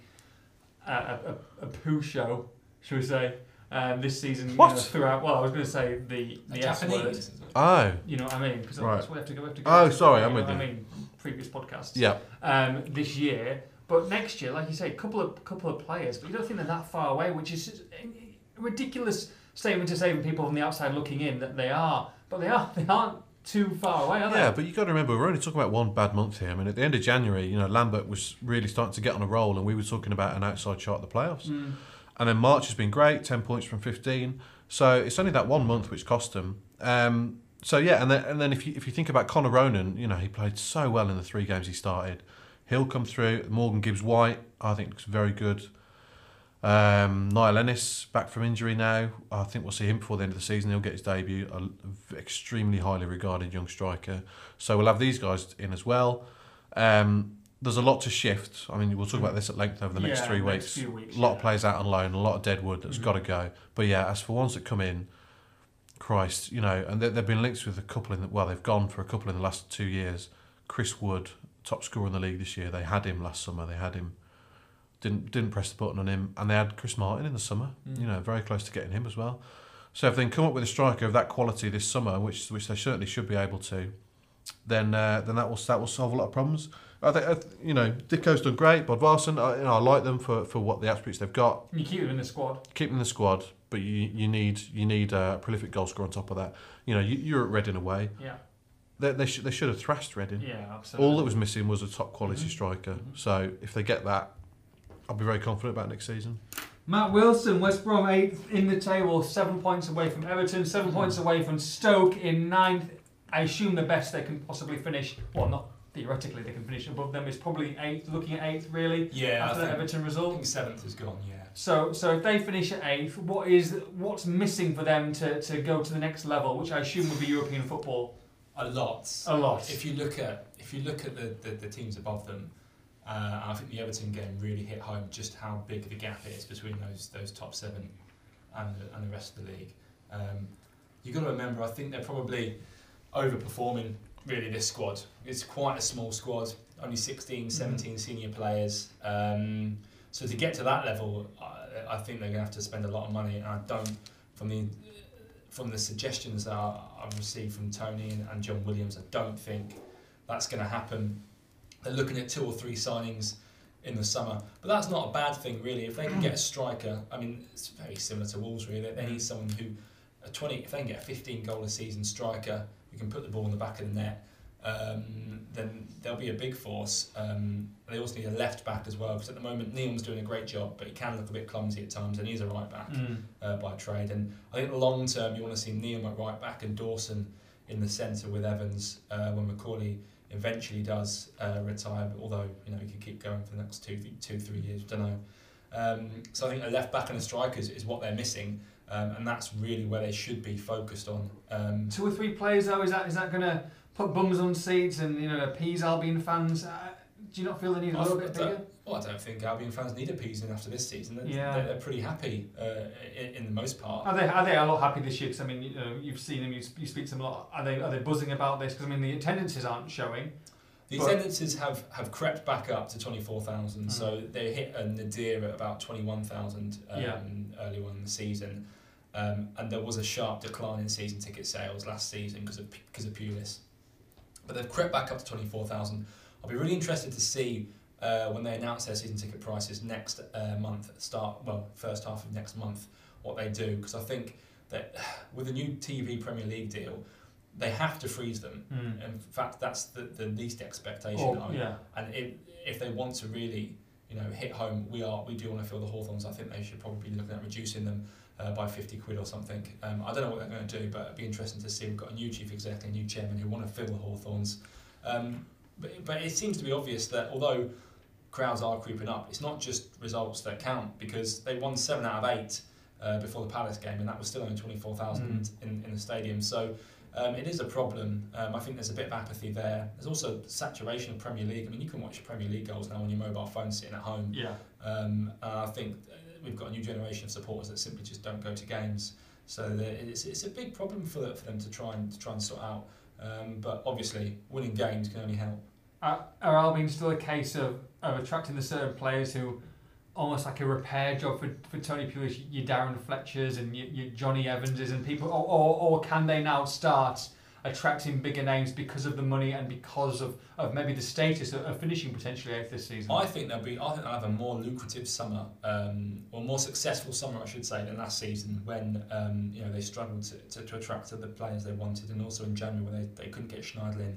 A: a, a, a, a poo show, should we say? Um, this season you know,
B: What?
A: throughout. Well, I was going to say the the S word.
C: Japanese.
B: oh
A: You know what I mean? Because
B: Right.
A: that's where we have to go. We have to go
B: Oh,
A: to,
B: sorry, I'm
A: know
B: with
A: what I
B: you.
A: mean, previous podcasts
B: yeah,
A: um, this year. But next year, like you say, couple of couple of players, but you don't think they're that far away, which is a ridiculous statement to say from people on the outside looking in that they are, but they are *laughs* they aren't too far away, are they?
B: Yeah, but you got to remember we're only talking about one bad month here. I mean, at the end of January, you know, Lambert was really starting to get on a roll, and we were talking about an outside shot at the playoffs.
A: Mm.
B: And then March has been great, ten points from fifteen. So it's only that one month which cost them. Um, so yeah, and then and then if you if you think about Connor Ronan, you know, he played so well in the three games he started. He'll come through. Morgan Gibbs White, I think, looks very good. Um, Niall Ennis back from injury now. I think we'll see him before the end of the season. He'll get his debut. A v- extremely highly regarded young striker. So we'll have these guys in as well. Um, there's a lot to shift. I mean, we'll talk about this at length over the next
A: Yeah,
B: three
A: next
B: weeks.
A: few weeks,
B: a lot
A: yeah.
B: of players out on loan. A lot of dead wood that's
A: Mhm.
B: got to go. But yeah, as for ones that come in, Christ, you know, and they, they've been linked with a couple in. The, well, they've gone for a couple in the last two years. Chris Wood, top scorer in the league this year. They had him last summer. They had him. Didn't didn't press the button on him, and they had Chris Martin in the summer.
A: Mm.
B: You know, very close to getting him as well. So if they can come up with a striker of that quality this summer, which which they certainly should be able to, then uh, then that will that will solve a lot of problems. I think I th- you know Dicko's done great. Bodvarsson, I, you know, I like them for, for what the attributes they've got
A: You keep them in the squad.
B: keep them in the squad, but you, you need you need a prolific goal scorer on top of that. You know, you, you're at Reading away.
A: Yeah.
B: They, they, should, they should have thrashed Reading.
A: Yeah, absolutely.
B: All that was missing was a top quality
A: Mhm.
B: striker.
A: Mhm.
B: So if they get that, I'll be very confident about next season.
A: Matt Wilson, West Brom eighth in the table, seven points away from Everton,
C: Hmm.
A: seven points away from Stoke in ninth. I assume the best they can possibly finish. Well, not theoretically they can finish above them. It's probably eighth, looking at eighth really
C: Yeah, I
A: after that
C: think,
A: Everton
C: I
A: result.
C: think seventh is gone. Yeah.
A: So, so if they finish at eighth, what is what's missing for them to, to go to the next level, which I assume would be European football?
C: a lot.
A: A lot.
C: If you look at if you look at the, the, the teams above them, uh, I think the Everton game really hit home just how big the gap is between those those top seven and the, and the rest of the league. Um, you've got to remember, I think they're probably overperforming really this squad. It's quite a small squad, only 16, 17 senior players. Um, so to get to that level, I, I think they're going to have to spend a lot of money, and I don't from the from the suggestions that I- I've received from Tony and, and John Williams, I don't think that's going to happen. They're looking at two or three signings in the summer, but that's not a bad thing, really. If they can get a striker, I mean, it's very similar to Wolves, really. They need someone who, a 20, if they can get a 15 goal a season striker who can put the ball in the back of the net, um, then they'll be a big force. Um, they also need a left back as well, because at the moment, Neil's doing a great job, but he can look a bit clumsy at times, and he's a right back
A: Mm.
C: uh, by trade. And I think long term, you want to see Neil at right back and Dawson in the centre with Evans uh, when Macaulay eventually does uh, retire. But although you know he could keep going for the next two, two, three years, don't know. Um, so I think a left back and a striker is, is what they're missing, um, and that's really where they should be focused on. Um,
A: Two or three players though, is that is that going to put bums on seats and you know appease Albion fans? Uh, do you not feel they need a
C: I
A: little
C: th-
A: bit
C: I don't-
A: bigger?
C: Well, I don't think Albion fans need appeasing after this season. They're,
A: Yeah.
C: they're, they're pretty happy uh, in, in the most part.
A: Are they are they a lot happy this year? 'Cause, I mean, you know, you've seen them, you, sp- you speak to them a lot. Are they are they buzzing about this? Because I mean, the attendances aren't showing.
C: The
A: But- Mm.
C: attendances have, have crept back up to 24,000, so they hit a nadir at about 21,000 um,
A: Yeah.
C: early on in the season. Um, and there was a sharp decline in season ticket sales last season because of, because of Pulis. But they've crept back up to 24,000. I'll be really interested to see uh, when they announce their season ticket prices next uh, month, at the start, well, first half of next month, what they do. Because I think that *sighs* with the new TV Premier League deal, they have to freeze them. In fact, that's the, the least expectation. I
A: Or,
C: would-
A: Oh, yeah.
C: And if, if they want to really, you know, hit home, we are we do want to fill the Hawthorns. I think they should probably be looking at reducing them uh, by 50 quid or something. Um, I don't know what they're going to do, but it'd be interesting to see. We've got a new chief exec and a new chairman who want to fill the Hawthorns. Um, but, but it seems to be obvious that although crowds are creeping up, it's not just results that count because they won seven out of eight uh, before the Palace game, and that was still only 24,000 in, in the stadium. So um, it is a problem. Um, I think there's a bit of apathy there. There's also saturation of Premier League. I mean, you can watch Premier League goals now on your mobile phone sitting at home.
A: Yeah.
C: Um, and I think uh, we've got a new generation of supporters that simply just don't go to games. So the- it's, it's a big problem for, the, for them to try and to try and sort out. Um, but obviously, winning games can only help.
A: Are, are Albion still a case of, of attracting the certain players who almost like a repair job for, for Tony Pulis, your Darren Fletchers and your, your Johnny Evanses and people, or, or, or can they now start attracting bigger names because of the money and because of, of maybe the status of, of finishing potentially eighth this season?
C: I think they'll be. I think they'll have a more lucrative summer, um, or more successful summer, I should say, than last season when um, you know they struggled to, to, to attract the players they wanted, and also in January when they, they couldn't get Schneidlin.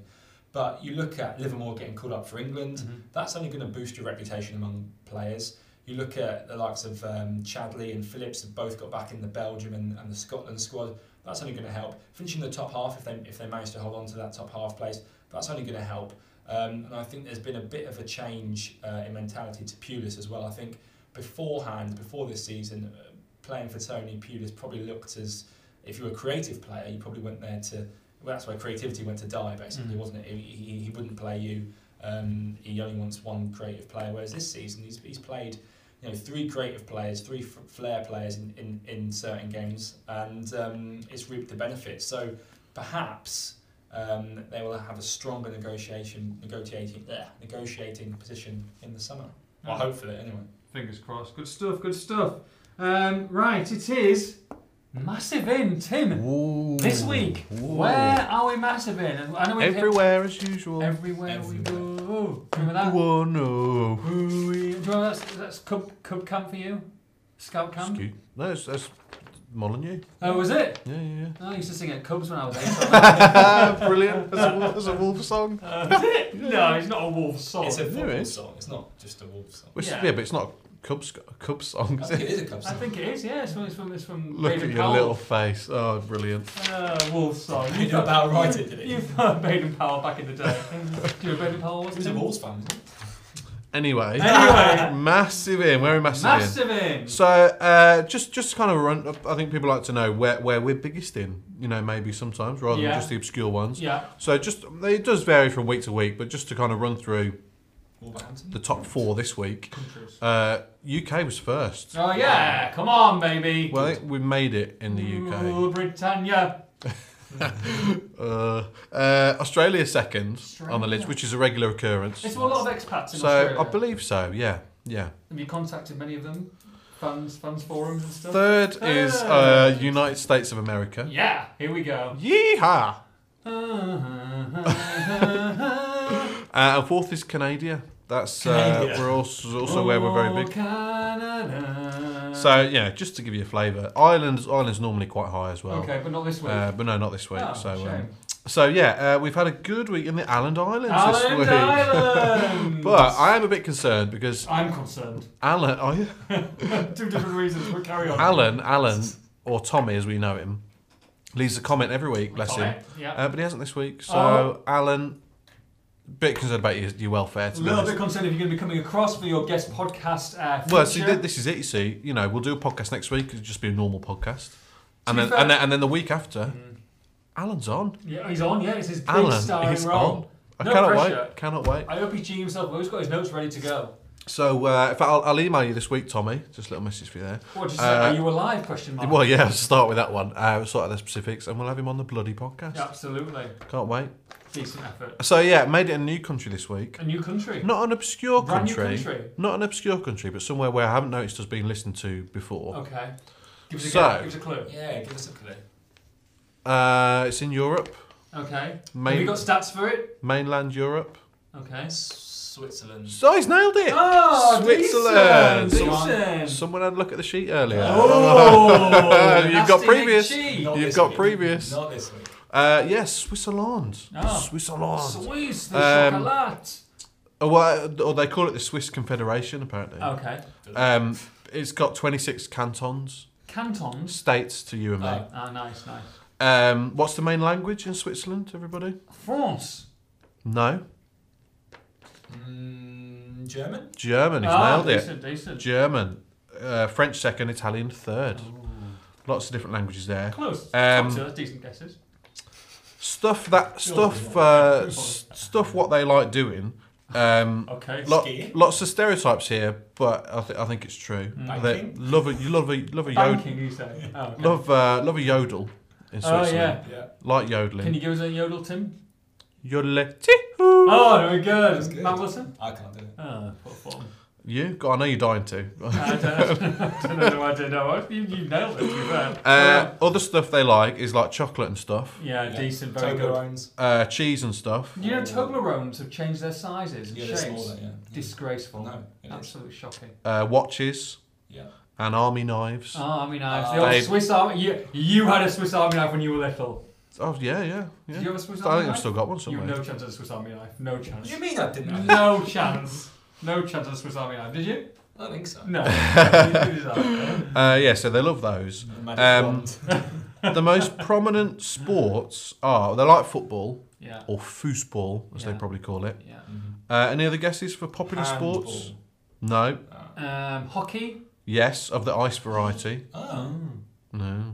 C: But you look at Livermore getting called up for England.
A: Mhm.
C: That's only going to boost your reputation among players. You look at the likes of um, Chadley and Phillips have both got back in the Belgium and, and the Scotland squad. That's only going to help. Finishing the top half, if they if they manage to hold on to that top half place, that's only going to help. Um, and I think there's been a bit of a change uh, in mentality to Pulis as well. I think beforehand, before this season, uh, playing for Tony Pulis probably looked as if you were a creative player, you probably went there to. Well, that's where creativity went to die, basically,
A: Mm.
C: wasn't it? He, he, he wouldn't play you. Um, he only wants one creative player. Whereas this season, he's, he's played, you know, three creative players, three f- flair players in, in, in certain games, and um, it's reaped the benefits. So perhaps um, they will have a stronger negotiation negotiating yeah, negotiating position in the summer.
A: Hmm.
C: Well, hopefully, anyway.
A: Fingers crossed. Good stuff, good stuff. Um, right, it is Massive In, Tim.
B: Ooh.
A: This week,
B: Ooh.
A: where are we Massive In? And I know we've hit-
B: Everywhere as usual.
A: Everywhere, we go. Remember that?
B: Everyone knows.
A: Who we- Do you remember that's, that's Cub, Cub Camp for you? Scout Camp?
B: Excuse- No, it's, that's Molyneux.
A: Oh, was it?
B: Yeah, yeah,
A: Oh, I used to sing at Cubs when I was eight. *laughs*
B: yeah. Brilliant. That's a, that's a wolf song.
A: uh, was it? No, it's not a wolf song.
C: It's a
B: there
C: football
B: is.
C: song. It's not just a Wolves song.
B: Which, yeah.
A: Yeah.
B: but it's not Cubs Cubs song. *laughs*
C: I
B: is
C: think
B: it?
C: it is a club
A: I
C: song. *laughs*
A: think it is, yeah. It's from, it's from, it's from
B: *laughs* Look
A: Baden
B: at your
A: Powell.
B: little face. Oh, brilliant.
A: Uh, Wolves
C: *laughs*
A: song.
C: You knew about right it, didn't you?
A: You heard Baden Powell back in the day. Do you know Baden Powell was?
C: He was a Wolves fan. wasn't
B: Anyway,
A: Anyway,
B: massive in. Where are we massive, in?
A: massive in.
B: So uh, just just kind of run. I think people like to know where, where we're biggest in. You know, maybe sometimes rather
A: Yeah.
B: than just the obscure ones.
A: Yeah.
B: So just it does vary from week to week, but just to kind of run through
C: he? Wolverhampton.
B: the top four this week, uh, UK was first.
A: Oh yeah, come on, baby.
B: Well, I think we made it in the
A: Rule Britannia.
B: UK. Uh, uh, Australia second on the
A: Australia.
B: list, which is a regular occurrence.
A: It's a lot of expats in
B: So
A: Australia.
B: I believe so. Yeah, yeah.
A: Have you contacted many of them? Fans, fans forums and stuff.
B: Third is uh, United States of America.
A: Yeah, here we go.
B: Yeehaw! Uh,
A: also
B: Uh, and fourth is Canada. That's uh,
C: Canada.
B: we're also, *laughs* also where we're very big.
A: Canada.
B: So yeah, just to give you a flavour, Ireland Ireland's normally quite high as well.
A: okay, but not this week.
B: Uh, but no, not this week.
A: Oh,
B: so um,
A: shame.
B: so yeah, uh, we've had a good week in the Island Islands this
A: Island
B: week.
A: Island.
B: *laughs* But I am a bit concerned because
A: I'm concerned.
B: Alan, are you?
A: Two different reasons, but carry on.
B: Alan, Alan, or Tommy as we know him, leaves a comment every week. Bless him.
A: Comment, Yeah.
B: Uh, but he hasn't this week. So
A: Oh.
B: Alan, bit concerned about your, your welfare.
A: a
B: To be
A: little
B: honest.
A: bit concerned if you're going to be coming across for your guest podcast. Uh,
B: Well, see,
A: feature.
B: thi- this is it. You see, you know, we'll do a podcast next week. It'll just be a normal podcast, and
A: be
B: then,
A: fair-
B: and then and then the week after,
A: Mm.
B: Alan's on.
A: Yeah, he's on. Yeah, it's his big
B: Alan
A: starring
B: is
A: role.
B: on. I
A: No
B: cannot
A: pressure.
B: wait. Cannot wait.
A: I hope he's G himself. Well, he's got his notes ready to go.
B: So, uh, in fact, I'll, I'll email you this week, Tommy. Just a little message for you there.
A: What did you
B: Uh,
A: say? Are you alive? Question mark.
B: Well, yeah, I'll start with that one. Uh, we'll sort out the specifics, and we'll have him on the bloody podcast.
A: Absolutely.
B: Can't wait.
A: Decent effort.
B: So, yeah, made it a new country this week.
A: A new country.
B: Not an obscure
A: Brand
B: country.
A: new country.
B: Not an obscure country, but somewhere where I haven't noticed has been listened to before.
A: Okay. Give us a,
B: So-
A: clue. give us a clue.
C: Yeah, give us a clue.
B: Uh, it's in Europe,
A: Okay. Oh. Have
B: main,
A: you got stats for it?
B: mainland Europe.
A: Okay.
C: Switzerland.
B: So he's nailed it.
A: Oh,
B: Switzerland.
A: Decent.
C: Someone-
A: decent.
B: *laughs* Someone had a look at the sheet earlier.
A: Oh,
B: you've got
A: nasty
B: previous.
A: Nick G.
C: Not
B: You've
C: this
B: got
C: week.
B: previous.
C: Not this week.
B: Uh, yes, Switzerland.
A: Ah.
B: Switzerland.
A: Swiss, the
B: Um,
A: chocolate.
B: Oh, well, or they call it the Swiss Confederation, apparently.
A: Okay.
B: Um, it's got 26 cantons,
A: Cantons.
B: states to you and me.
C: Oh.
A: Ah, nice, nice.
B: Um, what's the main language in Switzerland, everybody?
A: France.
B: No.
C: Mm, German.
B: German. He's
A: ah,
B: nailed it.
A: decent, decent.
B: German. Uh, French second, Italian third.
A: Oh.
B: Lots of different languages there.
A: Close.
B: Um,
A: Top two, that's decent guesses.
B: Stuff that stuff uh, s- stuff what they like doing. Um,
A: Okay.
B: Lot,
C: Skiing?
B: lots of stereotypes here, but I, th- I think it's true.
A: Mm.
B: They
C: Banking?
B: love a, you love a love a yodel,
A: Banking, you say. Oh, okay.
B: love uh, love a yodel in
A: Oh,
B: Switzerland.
A: yeah.
C: Yeah.
B: Like
A: Can
B: yodeling.
A: you give us a yodel, Tim?
B: Yodel.
A: Oh, very good.
C: That's good.
A: Matt Wilson?
C: I can't do it.
A: Oh, poor form.
B: You? God, I know you're dying to.
A: I don't I don't know *laughs* why I didn't know. You, you nailed it, to be fair.
B: Uh, other stuff they like is like chocolate and stuff,
A: yeah,
C: Yeah.
A: decent, very good.
C: Toblerones.
B: uh, cheese and stuff.
A: You know, Toblerones have changed their sizes and
C: Yeah, they're
A: shapes.
C: smaller. Yeah.
A: Disgraceful.
C: No, it is.
A: Absolutely shocking.
B: Uh, watches
C: Yeah.
B: and army knives.
A: Oh, I mean, knives. the
C: Uh,
A: old
B: Dave-
A: Swiss Army. You, you had a Swiss Army knife when you were little.
B: Oh yeah, yeah, yeah.
A: Did you have a Swiss Army
B: I think I've
A: knife?
B: still got one
A: you
B: somewhere.
A: had no chance at a Swiss Army knife. No
C: What
A: chance.
C: do you mean I didn't have
A: *laughs*
C: it?
A: No chance. No chance at a Swiss Army knife. Did you?
C: I think so.
B: *laughs*
A: No. You did that.
B: Uh, yeah, so they love those.
C: The magic
B: Um,
C: wand.
B: the most prominent sports are they like football
A: yeah.
B: or foosball, as they
A: Yeah.
B: probably call it.
A: Yeah.
B: Uh, any other guesses for popular
C: Handball.
B: sports? No.
C: Ah.
A: Um, hockey.
B: Yes, of the ice variety.
C: Oh.
B: No.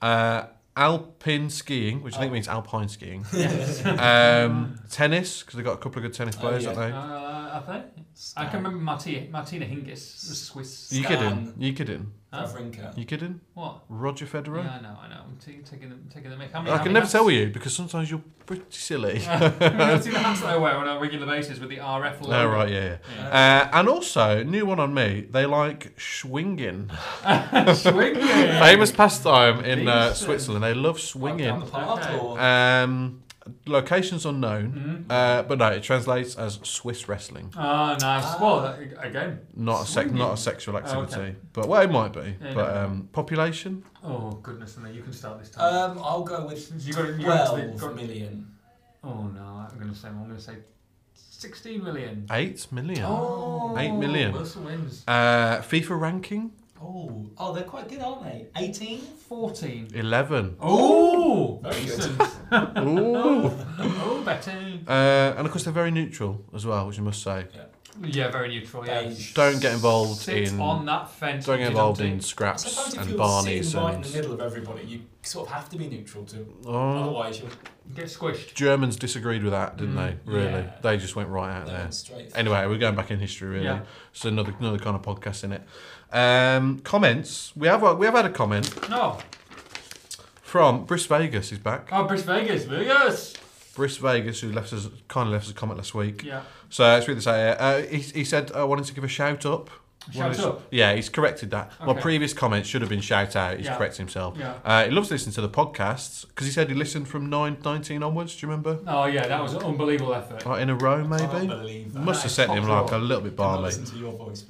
B: Uh, alpine skiing, which I think
C: Oh.
B: means alpine skiing.
A: Yes.
B: Um, tennis, because they've got a couple of good tennis
C: Oh,
B: players,
C: yeah.
B: aren't
A: Uh, I think. I
C: Stan.
A: can
B: Uh,
A: remember Marti- Martina Hingis, the Swiss.
B: they? You kidding?
C: Stan.
B: You kidding?
A: Huh?
C: Wawrinka.
B: You kidding?
A: What?
B: Roger Federer?
A: Yeah, I know, I know. I'm t- taking the taking the mic. How many-
B: I
A: how
B: can
A: many
B: never
A: hats-
B: tell you because sometimes you're pretty
A: *laughs*
B: silly.
A: I've seen the hats that I wear on a regular basis with the RF logo.
B: *laughs* Oh,
A: *laughs*
B: right, yeah. yeah. Uh, and also, new one on me, they like
A: *laughs*
B: swinging.
A: Swinging.
B: Famous pastime in uh,
A: Decent.
B: Switzerland. They love
C: Like
B: swinging.
C: down the park
A: Okay.
C: or-
B: Um, locations unknown,
A: Mhm.
B: uh, but no, it translates as Swiss wrestling.
A: Ah, nice.
C: Ah.
A: Well, that- again.
B: Not a sec-
A: Swinging.
B: not a sexual
A: okay.
B: activity, but well, it might be.
A: Yeah, you
B: but
A: never
B: um, population,
A: Oh goodness, and you can start this time.
C: Um, I'll go with
A: you got it. You got it.
C: 12 million.
A: Oh no, I'm going to say. I'm going to say 16 million.
B: Eight million.
A: Oh,
B: Eight million.
A: Wilson wins.
B: Uh, FIFA ranking
C: Oh, oh, they're quite good, aren't they? 18?
A: 14. *laughs*
B: eleven.
A: Oh,
C: Very good.
A: decent.
B: Ooh.
A: oh, better.
B: Uh, and of course, they're very neutral as well, which you must say.
A: Yeah, very neutral. Yeah.
C: Beige.
B: Don't get involved
A: Sit
B: in
A: on that fence.
B: don't get involved
A: Humpty
B: in
A: Dumpty.
B: scraps
C: Sometimes if
B: and
C: you're
B: barneys
C: sitting right in the
B: and
C: middle of everybody, you sort of have to be neutral to.
B: oh,
C: Otherwise, you're
A: Get squished.
B: Germans disagreed with that, didn't
A: Mm,
B: they? Really,
C: yeah.
B: they just went right out
C: they're
B: there.
C: straight.
B: Anyway, we're going back in history, really.
A: Yeah.
B: So another another kind of podcast in it. Um, comments. We have we have had a comment
A: No.
B: from Bris Vegas. Is back.
A: Oh, Bris Vegas. Vegas.
B: Bris Vegas, who left us kind of left us a comment last week.
A: Yeah.
B: So let's read this out here. Uh, he, he said I wanted to give a shout up. One
A: Shout
B: of his-
A: up.
B: Yeah, he's corrected that. My
A: Okay.
B: previous comment should have been shout out. He's
A: Yeah.
B: corrected himself.
A: Yeah.
B: Uh, he loves listening to the podcasts because he said he listened from nine nineteen onwards. Do you remember?
A: Oh yeah, that was an unbelievable effort.
B: Like in a row,
C: Can't
B: maybe.
C: believe that.
B: Must
A: That
B: have
A: is
B: sent him
A: top
B: like a
A: drawer.
B: little bit
C: Cannot
B: barley.
C: listen to your voice.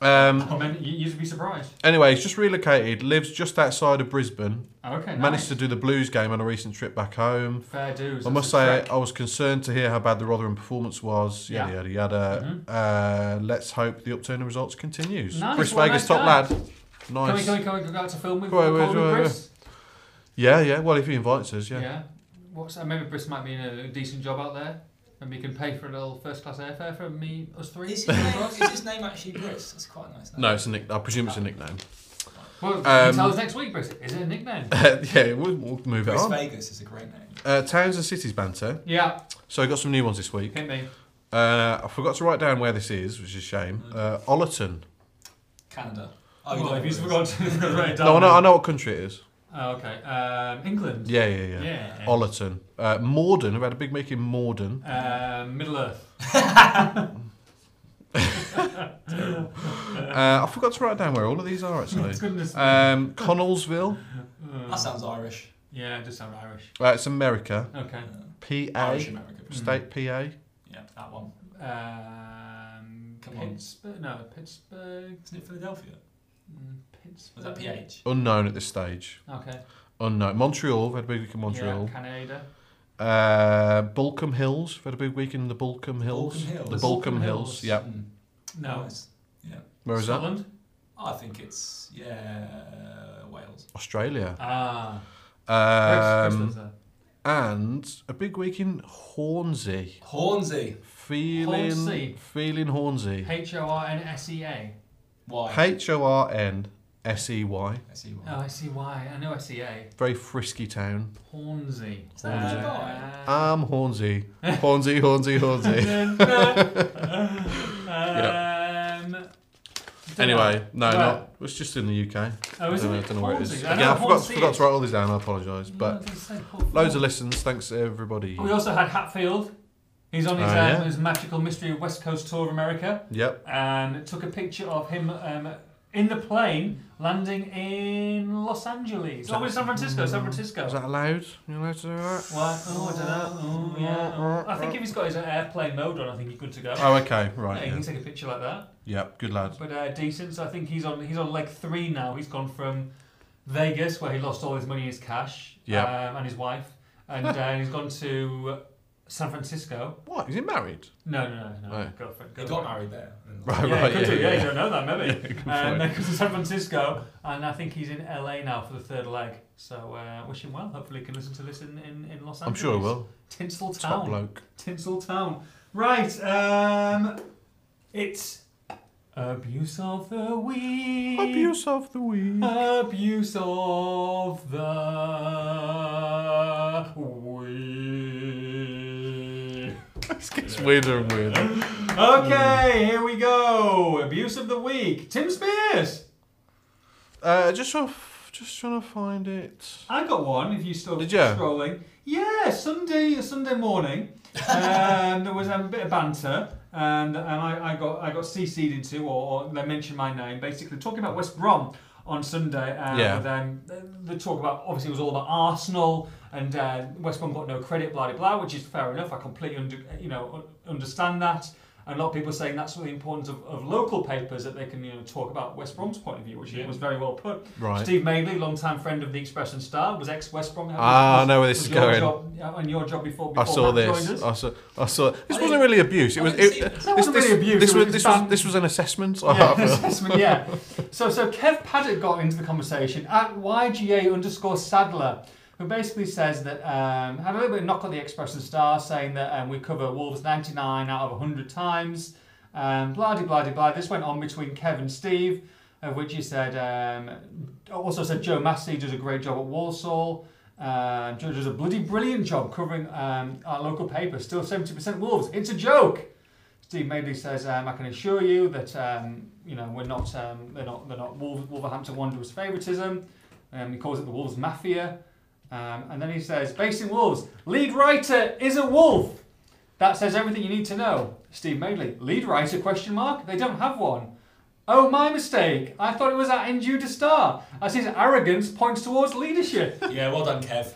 B: Um,
A: I mean, you- you'd be surprised.
B: anyway, he's just relocated, lives just outside of Brisbane.
A: Okay.
B: Managed
A: Nice.
B: to do the Blues game on a recent trip back home.
A: Fair dues.
B: I
A: that's
B: must
A: a
B: say,
A: trek.
B: I was concerned to hear how bad the Rotherham performance was. Yada
A: Yeah. Mm-hmm.
B: yada yada. Uh, let's hope the upturn in results continues.
A: Nice,
B: Chris
A: what a
B: Vegas,
A: nice
B: top
A: guy.
B: lad.
A: Can
B: uh, Nice.
A: we, can we, can we go out to film with,
B: Go away,
A: record
B: go
A: with
B: away,
A: Chris?
B: Yeah, yeah. Well, if he invites us,
A: Yeah.
B: yeah.
A: What's uh, maybe Chris might be in a decent job out there, and we can pay for a little first class airfare for me, us three.
C: Is his, name, is his name actually Bruce? That's quite a nice. name.
B: No, it's a nick. I presume it's a nickname. *laughs*
A: Well, you
B: Um,
A: tell us next week, Chris. Is it a
B: *laughs*
A: nickname?
B: yeah, we'll, we'll move it
C: Bruce
B: on.
C: Vegas is a great name.
B: Uh, towns and cities banter.
A: yeah.
B: So I got some new ones this week.
A: Hit me.
B: Uh, I forgot to write down where this is, which is a shame. Uh, Ollerton.
C: Canada. Oh,
A: well, if Oh, you
C: Bruce.
A: forgot
C: *laughs*
A: to *laughs* write it down.
B: No, I know, I know what country it is.
A: Oh, okay. Um, England.
B: Yeah, yeah, yeah.
A: Yeah.
B: Ollerton. Uh, Morden. I've had a big meeting in Morden.
A: Uh, Middle Earth.
B: Uh, I forgot to write down where all of these are actually.
A: Goodness.
B: Um, Connellsville.
C: That sounds Irish.
A: Um, yeah, it does sound Irish.
B: Uh, it's America.
A: Okay.
B: PA.
C: Uh, Irish American.
B: State PA.
C: Yeah, that one.
A: Um,
C: Come on.
A: Pittsburgh. No, Pittsburgh.
C: Isn't it Philadelphia?
A: mm, Pittsburgh.
C: Was that PH?
B: Unknown at this stage.
A: Okay.
B: Unknown. Montreal. I've had a big week in Montreal.
A: Yeah, Canada.
B: Uh, Bulkham Hills. We've had a big week in the Bulkham Hills.
C: Balkan Hills.
B: The
A: Bulkham
B: Bulkham Hills.
A: Hills.
B: Yeah.
C: Mm.
A: No.
C: Nice. Yeah.
B: Where is that?
A: Scotland?
C: I think it's yeah Wales.
B: Australia.
A: Ah. Chris- Chris lives
B: Um,
A: there.
B: and a big week in Hornsey.
C: Hornsey.
B: Feeling.
A: Hornsey.
B: Feeling Hornsey.
A: H O R N S E A.
C: Why?
B: H O R N S E Y.
C: I see
A: Oh,
C: why.
A: I see why. I know S E A.
B: Very frisky town.
A: Hornsey.
C: Is that
B: Hornsey.
A: Uh,
B: I'm Hornsey. Hornsey,
A: *laughs*
B: Hornsey, Hornsey.
A: dun, dun. um,
B: anyway, no,
A: Right.
B: no, it's just in the UK.
A: Oh, is
B: I don't know,
A: it?
B: I don't know where it is.
A: Hornsey. I know
B: Yeah, I forgot,
A: Hornsey
B: forgot
A: is. Mm.
B: to write all these down. I apologise,
A: Yeah,
B: but
A: they say Port
B: loads of
A: Phillip.
B: listens. Thanks to everybody.
A: We also had Hatfield. He's on his,
B: Oh,
A: um,
B: yeah.
A: his magical mystery West Coast tour of America.
B: Yep.
A: Um, took a picture of him um, in the plane landing in Los Angeles. Oh, in San Francisco. San Francisco.
B: Is that allowed? You allowed to do that?
A: What? Oh, I don't know. Oh,
B: *laughs*
A: yeah. Oh. I think if he's got his airplane mode on, I think he's good to go.
B: Oh, okay,
A: yeah,
B: right.
A: you
B: Yeah.
A: can take a picture like that.
B: Yep, good lad.
A: But uh, decent. So I think he's on he's on leg three now. He's gone from Vegas, where he lost all his money, his cash,
B: Yeah.
A: um, and his wife, and
B: *laughs*
A: uh, he's gone to San Francisco.
B: What? Is he married? *laughs*
A: No, no, no, no.
B: Right.
A: girlfriend.
C: They
A: girlfriend.
C: got married there.
B: *laughs* Right,
A: yeah,
B: right.
A: could
B: Yeah,
A: do,
B: yeah,
A: yeah, you
B: yeah.
A: don't know that, maybe.
B: *laughs* Yeah, good
A: um,
B: point.
A: they go to San Francisco, and I think he's in LA now for the third leg. So uh, wish him well. Hopefully, he can listen to this in, in, in Los Angeles.
B: I'm sure he will.
A: Tinsel
B: Top
A: Town.
B: bloke.
A: Tinsel Town. Right, um, it's abuse of the week.
B: Abuse of
A: *laughs*
B: the week.
A: Abuse of the week.
B: This gets weirder and weirder.
A: Okay, here we go. Abuse of the week. Tim Spears.
B: Uh, just trying, to, f- just trying to find it.
A: I got one. If you still
B: Did you?
A: scrolling, yeah. Sunday, Sunday morning, um, there was um, a bit of banter, and, and I, I got I got cc'd into, or, or they mentioned my name, basically talking about West Brom on Sunday. Um,
B: Yeah.
A: With, um, the talk about obviously it was all about Arsenal and uh, West Brom got no credit, blah blah blah, which is fair enough. I completely under, you know un- understand that. And a lot of people are saying that's really important of, of local papers that they can you know talk about West Brom's point of view, which
C: Yeah.
A: was very well put.
B: Right.
A: Steve Madeley, longtime friend of the Express and Star, was ex West Brom.
B: Ah, I know where this
A: was
B: is
A: your
B: going.
A: Job, yeah, and your job before,
B: I
A: before
B: saw
A: Matt
B: this.
A: Joined us. Oh,
B: I saw. I saw. This
C: I
B: wasn't really abuse. It
C: I
B: was.
C: didn't
B: It,
C: see it. That
B: this,
A: wasn't
B: this,
A: really abuse,
B: This
A: it
B: was.
A: was
B: This
A: ban-
B: was. This was an assessment.
A: Yeah,
B: *laughs*
A: *laughs* assessment, yeah. So, so Kev Paddock got into the conversation at YGA underscore Sadler, who basically says that um, had a little bit of knock on the Express and Star, saying that um, we cover Wolves 99 out of 100 times. Um, blah de blah de blah. This went on between Kev and Steve, of which he said um, also said Joe Massey does a great job at Walsall. Um, Joe does a bloody brilliant job covering um, our local paper. Still 70% Wolves. It's a joke. Steve Madeley says, um, "I can assure you that um, you know we're not um, they're not they're not Wolver- Wolverhampton Wanderers favouritism." Um, he calls it the Wolves Mafia, um, and then he says, "Based in Wolves, lead writer is a wolf." That says everything you need to know. Steve Madeley, lead writer? Question mark. They don't have one. Oh, my mistake. I thought it was at Indu to Star, as his arrogance points towards leadership.
C: Yeah, well done,
B: *laughs*
C: Kev.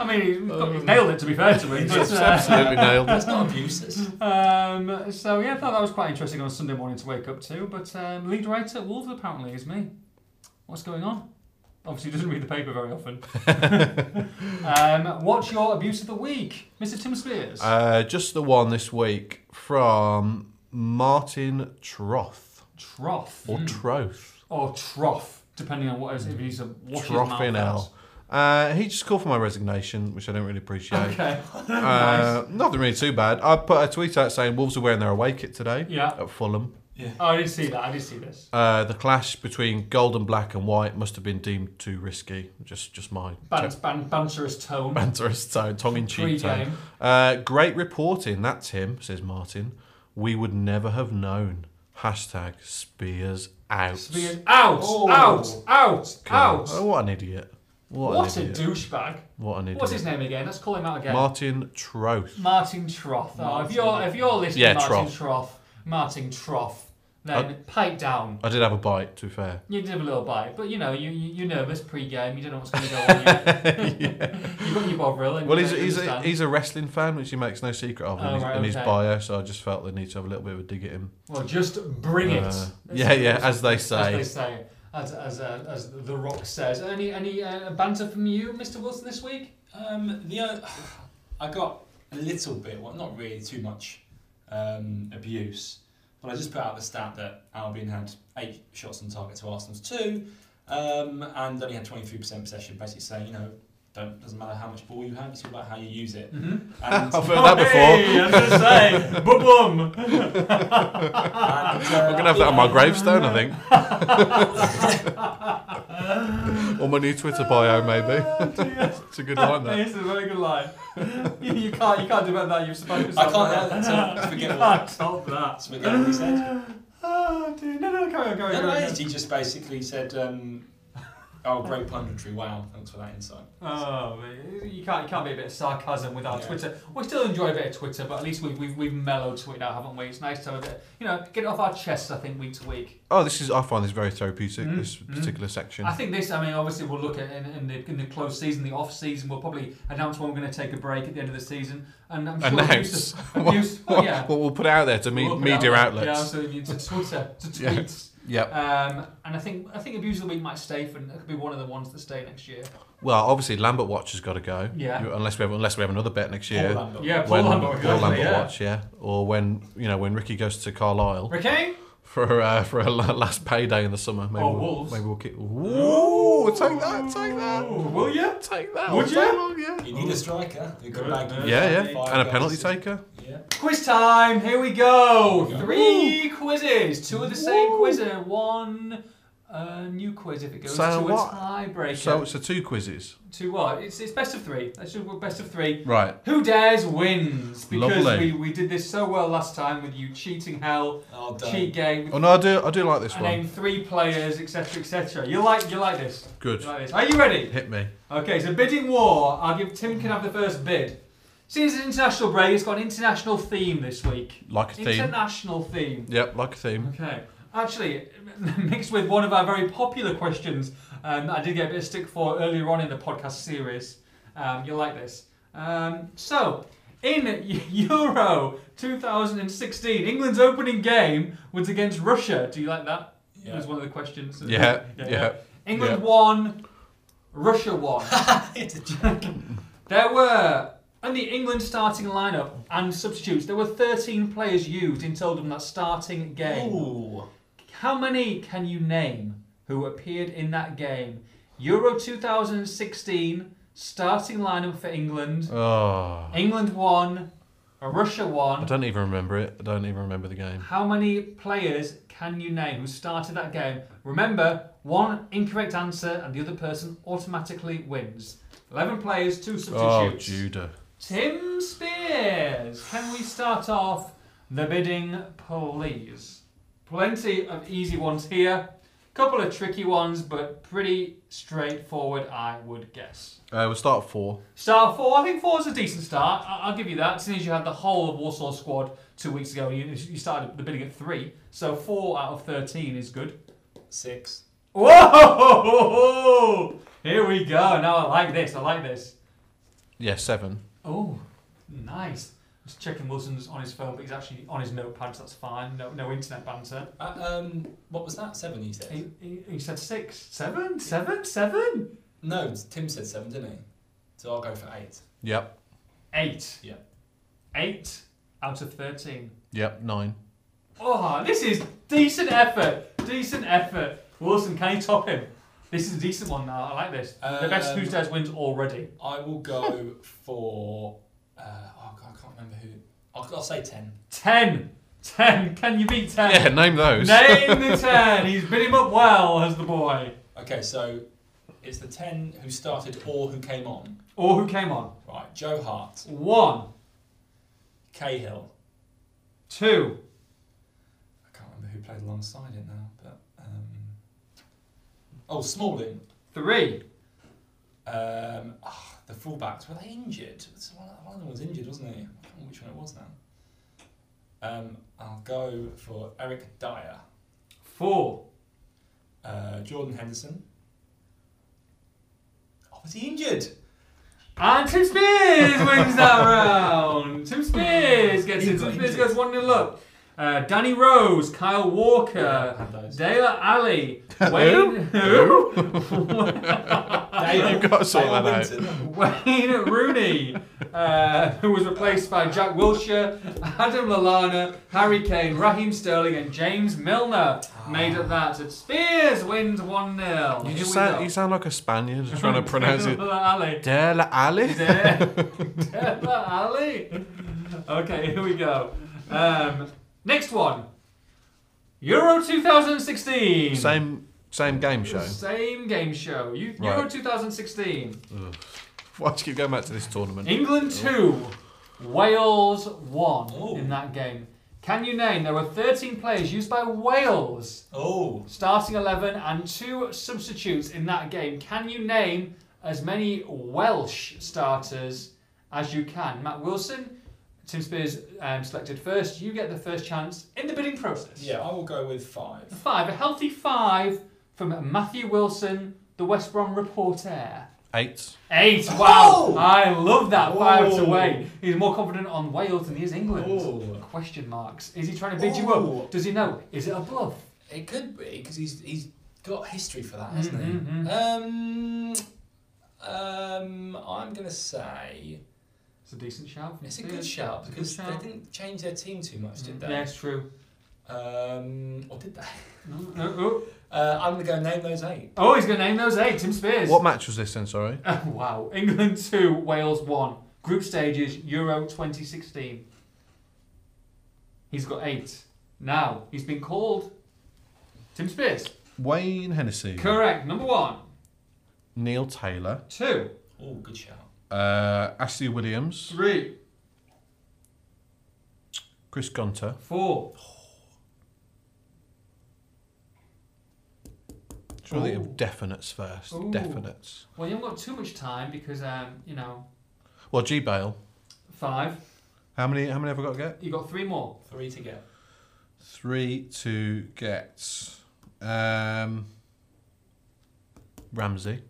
A: I mean, he's got- he's nailed it, to be fair to him. but, uh,
B: Absolutely nailed. it.
C: That's not abuse. *laughs* That's,
A: um, so yeah, I thought that was quite interesting on a Sunday morning to wake up to. But um, lead writer at Wolves apparently is me. What's going on? Obviously, he doesn't read the paper very
B: *laughs*
A: often. um, what's your abuse of the week, Mr. Tim Spears?
B: Uh, just the one this week from Martin Troth
A: trough
B: or Troth.
A: or trough, depending on what it is. If he's a wash his
B: Troth
A: mouth
B: in L. Uh, he just called for my resignation, which I don't really appreciate.
A: out. Okay. *laughs*
B: Uh, Nothing really too bad. I put a tweet out saying Wolves are wearing their away kit today
A: Yeah.
B: at Fulham.
A: Oh, I did see that. I did see this.
B: Uh, the clash between gold and black and white must have been deemed too risky. Just, just my *laughs*
A: Ban- ban- banterous tone.
B: banterous tone, tongue in cheek tone.
A: Pre-game.
B: Uh, great reporting, that's him, says Martin. We would never have known. Hashtag Spears out.
A: Spears out,
C: Oh.
A: out, out,
B: God.
A: out.
B: Oh, what an idiot. What,
A: What
B: an
A: a
B: idiot.
A: douchebag.
B: what an idiot.
A: What's his name again? Let's call him out again.
B: Martin Troth.
A: Martin Troth. Oh, if
C: Martin.
A: you're if you're listening,
B: Yeah,
A: Martin Troth.
B: Troth.
A: Martin Troth, then
B: Uh,
A: pipe down.
B: I did have a bite, to be fair.
A: You did have a little bite, but you know you you- you're nervous pre-game. You don't know what's going to go
B: *laughs*
A: on. yet. You've got your Bovril. And
B: Well,
A: you
B: he's,
A: don't
B: he's, a,
A: understand.
B: he's a wrestling fan, which he makes no secret of
A: Oh,
B: in, his,
A: right,
B: in his
A: okay.
B: bio, so I just felt the need to have a little bit of a dig at him.
A: well, just bring it.
B: Uh,
A: That's-
B: yeah, yeah, as they
A: As
B: say.
A: they say, as as, uh, as the Rock says. Any any uh, banter from you, Mr. Wilson, this week?
C: um, the o- *sighs* I got a little bit, well, not really too much um, abuse, but I just put out the stat that Albion had eight shots on target to Arsenal's two, um, and only had 23% possession, basically saying, you know, don't, doesn't matter how much ball you have, it's all about how you use it.
A: Mm-hmm.
B: *laughs*
C: And,
B: I've heard that before.
A: Hey, I was gonna say, boom.
B: *laughs*
C: and, uh,
B: I'm going to have that on my
C: *laughs*
B: gravestone, I think. *laughs* or my new Twitter bio,
A: *laughs*
B: maybe.
A: Oh,
B: It's a good line, that.
A: It's a very good line. *laughs* you, you can't, you can't defend that. You've survived
C: I
A: yourself.
C: can't help that.
A: *laughs*
C: So forget
A: you
C: what,
A: can't stop that.
C: so forget what he said.
A: *laughs* Oh dear. No, no, carry on, carry on.
C: No,
A: carry
C: no,
A: on.
C: he just basically said, um, "Oh, great punditry! Wow, thanks for that insight."
A: Oh, mate, you can't, you can't be a bit of sarcasm with our
C: Yeah.
A: Twitter. We still enjoy a bit of Twitter, but at least we've, we've, we've mellowed to it now, haven't we? It's nice to have a bit, you know, get it off our chests, I think, week to week.
B: Oh, this is. I find this very therapeutic.
A: Mm,
B: This
A: mm.
B: particular section.
A: I think this, I mean, obviously we'll look at in, in the in the closed season, the off season, we'll probably announce when we're going to take a break at the end of the season. And I'm sure
B: *laughs* Announce
A: abuse,
B: what,
A: abuse, well,
B: what-
A: yeah.
B: what we'll put out there to me,
A: We'll put it out
B: media
A: there. Yeah,
B: outlets.
A: absolutely. To Twitter, to
B: *laughs* Yeah.
A: tweets.
B: Yep.
A: Um, and I think I think abuse of the week might stay for it could be one of the ones that stay next year.
B: Well, obviously Lambert Watch has got to go.
A: Yeah.
B: You- Unless we have, unless we have another bet next year.
C: Paul Lambert.
A: Yeah, Paul
B: When-
A: Lambert,
B: Paul
A: exactly,
B: Lambert
A: yeah.
B: Watch, yeah. Or when you know when Ricky goes to Carlisle
A: Ricky,
B: for uh, for a la- last payday in the summer. Maybe
A: Or
B: we'll,
A: Oh, Wolves.
B: Maybe we'll keep. Ooh, take that, take that.
A: Ooh, will you?
B: Take that.
A: Would
B: all day
A: you?
B: long, yeah.
C: You need a striker. You could
A: Good.
C: bag him
B: Yeah, yeah.
C: five goals.
B: And a penalty taker.
C: Yeah.
A: quiz time! Here we go.
C: Here we go.
A: Three quizzes, two of the same quiz, and one uh, new quiz if it goes
B: So
A: to
B: what?
A: a tiebreaker.
B: So so two quizzes.
A: to what? It's, it's best of three. Let's do best of three.
B: Right.
A: Who dares wins? Because
B: Lovely.
A: we, we did this so well last time with you cheating hell,
C: Oh,
A: cheat
C: done.
A: game.
B: Oh no, I do I do like this
A: I
B: one.
A: named three players, etc., etc. You like you like this?
B: Good.
A: You like this? Are you ready?
B: Hit me.
A: Okay, so bidding war. I'll give Tim can have the first bid. Since it's an international break, it's got an international theme this week.
B: Like a theme.
A: International theme.
B: Yep, like a theme.
A: Okay. Actually, *laughs* mixed with one of our very popular questions um, that I did get a bit of stick for earlier on in the podcast series. Um, you'll like this. Um, so, In *laughs* Euro 2016, England's opening game was against Russia. Do you like that? That
C: Yeah.
A: was one of the questions.
B: Yeah, yeah.
A: England
B: Yeah.
A: won, Russia won.
C: *laughs* It's a joke.
A: there were, in the England starting lineup and substitutes, there were 13 players used in total in that starting game.
C: Ooh.
A: How many can you name who appeared in that game? Euro 2016 starting lineup for England.
B: Oh,
A: England won, Russia
B: I
A: won.
B: don't even remember it. I don't even remember the game.
A: How many players can you name who started that game? Remember, one incorrect answer and the other person automatically wins. 11 players, two
B: Oh,
A: substitutes.
B: Judah.
A: Tim Spears, can we start off the bidding, please? Plenty of easy ones here. Couple of tricky ones, but pretty straightforward, I would guess.
B: Uh, we'll start at four.
A: Star four, I think four is a decent start. I- I'll give you that. Seeing as you had the whole of Warsaw squad two weeks ago, you, you started the bidding at three, so four out of thirteen is good.
C: Six.
A: Whoa! Here we go. Now I like this. I like this.
B: Yeah, seven.
A: Oh, nice. Just checking Wilson's on his phone, but he's actually on his notepad, so that's fine. No, no internet banter.
C: Uh, um, what was that? Seven, you said?
A: He, he, he said six, seven, seven, seven,
C: No, Tim said seven, didn't he? So I'll go for eight.
B: Yep,
A: eight.
C: Yeah.
A: Eight out of 13.
B: yep, nine.
A: Oh, this is decent effort. Decent effort. Wilson, can you top him? This is a decent one now. I like this. the best
C: Um,
A: Who Dares wins already.
C: I will go for. Uh, oh, God, I can't remember who. I'll, I'll say ten.
A: Ten. Ten. Can you beat ten?
B: Yeah, name
A: *laughs*
B: those.
A: Name the ten. He's bid him up well, has the boy.
C: Okay, so it's the ten who started or who came on.
A: Or who came on?
C: Right, Joe Hart,
A: One.
C: Cahill.
A: Two.
C: I can't remember who played alongside it now, but. Um, oh, Smalling.
A: Three.
C: Um, ah, the fullbacks were they injured? It's One one of them was injured, wasn't he? I can't remember which one it was now. Um, I'll go for Eric Dyer,
A: Four.
C: uh, Jordan Henderson. Oh, was he injured?
A: And Tim Spears wins that round. Tim Spears gets it. Tim
C: Indeed.
A: Spears goes 1 0 up. Uh, Danny Rose, Kyle Walker,
C: *laughs* Had those.
A: Dayla Alley, Wayne, *laughs* who?
C: Dale-
B: You've got to sort
C: Dale
B: that out.
C: Winton.
A: Wayne Rooney, uh, who was replaced by Jack Wilshire, Adam Lallana, Harry Kane, Raheem Sterling, and James Milner made up that. So Spears wins 1 0.
B: You just sound, you sound like a Spaniard just trying to pronounce *laughs* it.
A: Alley.
B: De la Ali?
A: Della Ali. Okay, here we go. Um, next one. Euro 2016.
B: Same, same game show. *laughs*
A: Same game show. Eu- Euro
B: Right.
A: 2016.
B: Why do you keep going back to this tournament?
A: England 2, Wales 1
C: Ooh.
A: in that game. Can you name? There were 13 players used by Wales,
C: Oh,
A: starting 11, and two substitutes in that game. Can you name as many Welsh starters as you can? Matt Wilson, Tim Spears um, selected first. You get the first chance in the bidding process.
C: yeah, I will go with five.
A: Five, a healthy five from Matthew Wilson, the West Brom reporter.
B: Eight.
A: Eight. Wow.
C: Oh!
A: I love that. Five to
C: Oh.
A: Wayne. He's more confident on Wales than he is England.
C: Oh.
A: Question marks. Is he trying to beat you
C: Oh.
A: up? Does he know? Is it a bluff?
C: It could be because he's he's got history for that, hasn't
A: Mhm,
C: he? Um, um, I'm gonna say
A: It's a decent shout. from
C: it's a
A: Spears.
C: good shout
A: It's a good
C: because
A: shout. Mm.
C: they didn't change their team too much, did
A: Yeah,
C: they?
A: it's true.
C: Um, or did they?
A: No, no, oh.
C: Uh, I'm gonna go name those eight.
A: Oh, he's going to name those eight. Tim Spears.
B: What match was this then, sorry?
A: *laughs* wow. England 2, Wales 1. Group stages, Euro 2016. He's got eight. Now, he's been called Tim Spears.
B: Wayne Hennessy.
A: Correct. Number one,
B: Neil Taylor.
A: two,
C: Oh, good shout.
B: Uh, Ashley Williams.
A: three,
B: Chris Gunter.
A: four.
B: Surely
A: Ooh.
B: of definites first.
A: Ooh.
B: Definites.
A: Well, you haven't got too much time because, um, you know,
B: Well, G Bale.
A: five.
B: How many? How many have I got to get?
A: You got three more.
C: Three to get.
B: Three to get. Um, Ramsey.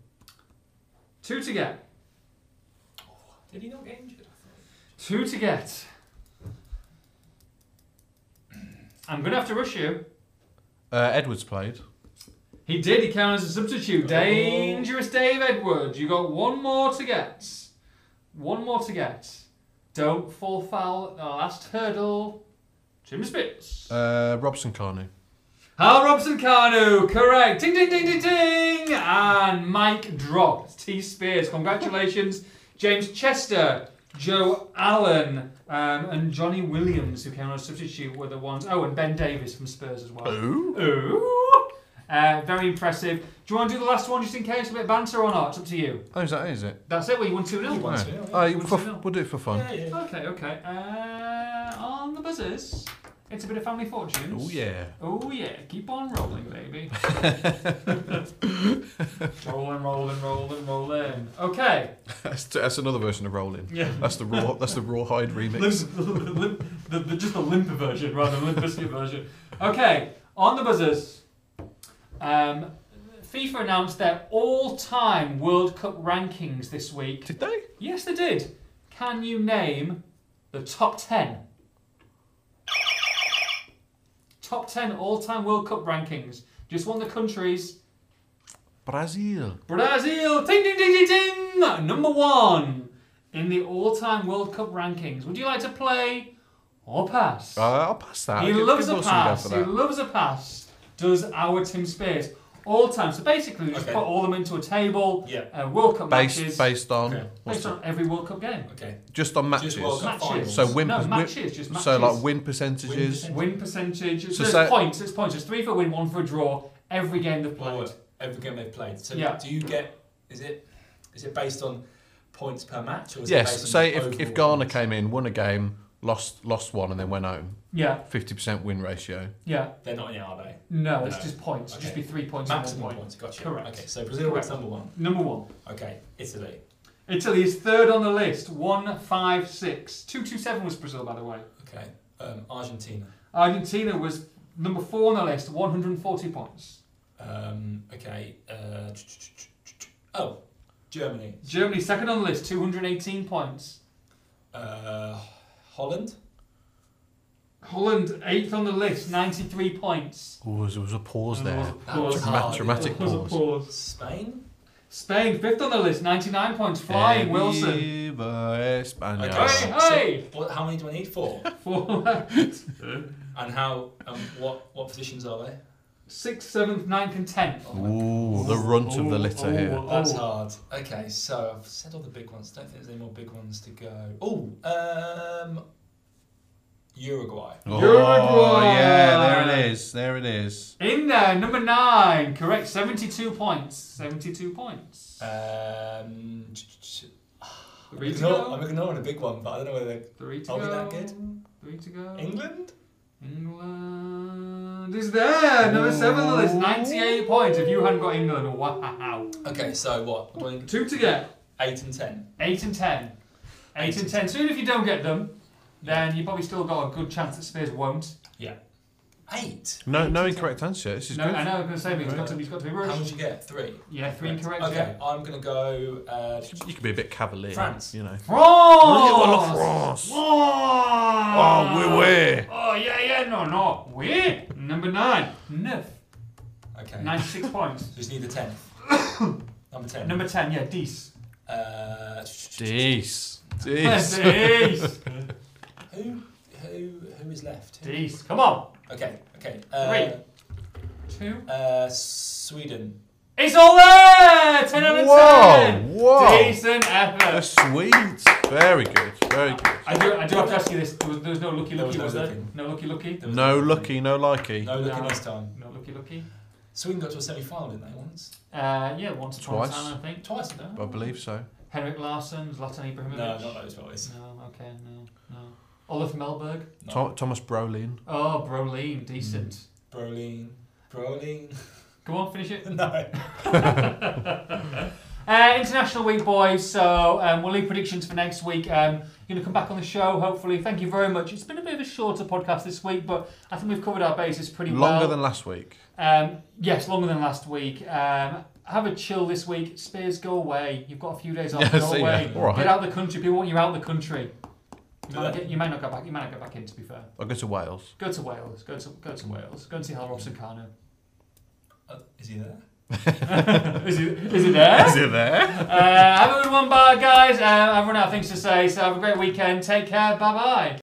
A: Two to get.
C: Did he not get injured? I thought.
A: Two to get. I'm going to have to rush you.
B: Uh, Edwards played.
A: He did. He counted as a substitute.
C: Oh.
A: Dangerous Dave Edwards. You got one more to get. One more to get. Don't fall foul. at The last hurdle. Jim Spitz.
B: Uh, Robson Carney.
A: Hal Robson Carnu, correct. Ding ding ding ding ding. And Mike dropped. T Spears. Congratulations. *laughs* James Chester, Joe Allen, um, and Johnny Williams, who came on as substitute, were the ones. Oh, and Ben Davis from Spurs as well.
B: Ooh.
A: Ooh. Uh, very impressive. Do you want to do the last one just in case? A bit of banter or not? It's up to you.
B: Oh, is that is it?
A: That's it. Well, you won 2 0
C: won
A: once.
C: two. yeah.
B: Oh, you-
A: What's
B: for-
A: it now?
B: we'll do it for fun.
C: Yeah, yeah.
A: Okay, okay. Uh, on the buzzers, it's a bit of family fortunes.
B: Oh yeah.
A: Oh, yeah. Keep on rolling, baby. rolling, rolling, rolling, rolling. Okay.
B: That's, that's another version of Rolling.
A: Yeah.
B: That's the raw. That's the
A: *laughs*
B: rawhide remix.
A: Limp, limp, the, the, just the limp version rather than limp biscuit version. Okay, on the buzzers. Um, FIFA announced their all-time World Cup rankings this week.
B: Did they?
A: Yes, they did. Can you name the top ten? Top ten all-time World Cup rankings. Just one of the countries.
B: Brazil.
A: Brazil. Ding ding ding ding ding. Number one in the all-time World Cup rankings. Would you like to play or pass?
B: Uh, I'll pass that.
A: He
B: Give-
A: loves
B: give
A: a
B: Wilson go
A: pass.
B: for
A: He
B: that.
A: loves a pass. Does our Tim Spears all time? So basically, we just
C: Okay.
A: put all them into a table.
C: Yeah.
A: Uh, World Cup matches
B: Based based on
C: Okay.
B: what's
A: based on every World Cup game.
C: Okay.
B: the- just on matches.
C: Just World Cup
A: Matches.
C: finals.
B: So win.
A: no
B: win-
A: matches, just matches.
B: So like win percentages.
C: Win
A: win percentage. It's
B: So
A: it's
B: say-
A: points. It's points. It's three for a win, one for a draw. Every game they've played.
C: Or every game they've played. So
A: Yeah.
C: do you get? Is it? Is it based on points per match? Or is It based
B: yes.
C: on
B: Say
C: the
B: if, if
C: overall
B: Ghana
C: points?
B: came in, won a game, lost lost one, and then went home.
A: Yeah,
B: Fifty percent win ratio.
A: yeah.
C: they're not in it, are they?
A: No, it's
C: No.
A: just points. Just
C: Okay.
A: be three points. and
C: Maximum
A: one point.
C: points. Gotcha.
A: Correct.
C: Okay. So Brazil
A: Correct.
C: was number one.
A: Number one.
C: Okay. Italy.
A: Italy is third on the list. One five six. Two two seven was Brazil, by the way.
C: Okay. Um, Argentina.
A: Argentina was number four on the list, 140 points.
C: Um, okay. Uh, ch- ch- ch- ch- ch- oh, Germany.
A: Germany second on the list, 218 points.
C: Uh, Holland.
A: Holland eighth on the list, 93 points.
B: Oh, there was a pause
A: And
B: there.
A: there was a pause.
B: Dramatic-
C: hard.
B: dramatic
A: There was a
B: pause.
A: pause.
C: Spain.
A: Spain fifth on the list, 99 points. Flying Wilson.
B: Viva España.
A: Okay. Hey,
C: What, how many do I need? Four.
A: Four *laughs*
C: and how? Um, what? What positions are they?
A: sixth, seventh, ninth, and tenth.
B: Ooh, the runt of the
A: Ooh,
B: litter
A: ooh,
B: here.
C: That's
A: ooh.
C: hard. Okay, so I've said all the big ones. Don't think there's any more big ones to go. Oh, um, Uruguay.
A: Uruguay.
B: Oh, yeah, there it is. There it is.
A: In there, number nine, correct, 72 points. 72 points.
C: Um, ch- ch- ch- I'm
A: Three to
C: ignoring, I'm
A: go.
C: ignoring a big one, but I don't know whether they're
A: Three to
C: Are we
A: go.
C: that good?
A: Three to go.
C: England.
A: England is there, number seven on the list, 98 points. If you hadn't got England, wow.
C: Okay, so what? What do I need?
A: Two to get,
C: Eight and ten.
A: eight and ten. Eight and ten. Soon if you don't get them, then you probably still got a good chance that Spears won't.
C: Eight.
B: No, no incorrect answer. This is
A: No,
B: good.
A: I know, I'm going to say, but he's got to, he's got to be
C: How
A: rushed.
C: much you get? Three.
A: Yeah, three correct.
C: Okay,
A: yeah.
C: I'm gonna go. Uh,
B: You could be a bit cavalier.
C: France.
B: You know.
A: France!
B: France.
A: Oh,
B: Oh, we were.
A: Oh, yeah, yeah, no, no. We. Number nine, Neuf,
C: okay.
A: 96 points.
C: Just need the tenth.
A: *coughs*
C: Number ten.
A: Number 10, yeah, Dees.
C: Uh, ch- ch- ch-
B: Jeez. Jeez. *laughs*
A: Dees.
C: who? Who? Who is left? Who-
A: Dees, come on.
C: Okay. Okay. Uh,
A: Three. Two.
C: Uh, Sweden.
A: It's all there! 10 out of
B: Whoa,
A: 10!
B: whoa.
A: Decent
B: The
A: effort.
B: Swedes. Very good. Very good.
A: I do, I do have to ask you this. There was, there was no lucky
C: There
A: lucky,
C: was no
A: was there?
C: lucky.
A: No lucky lucky?
C: There was
B: No lucky, no likey.
C: No looking
A: No.
C: this time.
A: No lucky lucky?
C: Sweden got to a semi-final, didn't they? Once.
A: Uh, yeah, once upon
B: Twice.
A: a time, I think.
C: Twice, didn't
B: I believe so.
A: Henrik Larsson, Zlatan
C: they?
A: Ibrahimovic.
C: No, not those boys.
A: No, okay, no, no. Olaf Melberg.
C: No.
B: Tho- Thomas Brolin.
A: Oh, Broline, decent.
C: Hmm. Brolin. Brolin.
A: Come on, finish it.
C: *laughs* no.
A: *laughs* Uh, International Week, boys. So um, we'll leave predictions for next week. Um, going to come back on the show, hopefully. Thank you very much. It's been a bit of a shorter podcast this week, but I think we've covered our bases pretty well.
B: Longer than last week.
A: Um, yes, longer than last week. Um, have a chill this week. Spears, go away. You've got a few days off.
B: *laughs* Yeah,
A: go
B: see ya.
A: away.
B: All right.
A: Get out of the country. People want you out of the country. You might, get, you might not go back. You might not go back in. To be fair,
B: I'll go to Wales.
A: go to Wales. Go to go to Wales. Go and see how Robson
B: *laughs*
A: Carno.
C: Uh, is he there?
A: *laughs* is it is it there?
B: Is it there?
A: Uh, have a good one, bye guys. Uh, I've run out of things to say, so have a great weekend. Take care. Bye bye.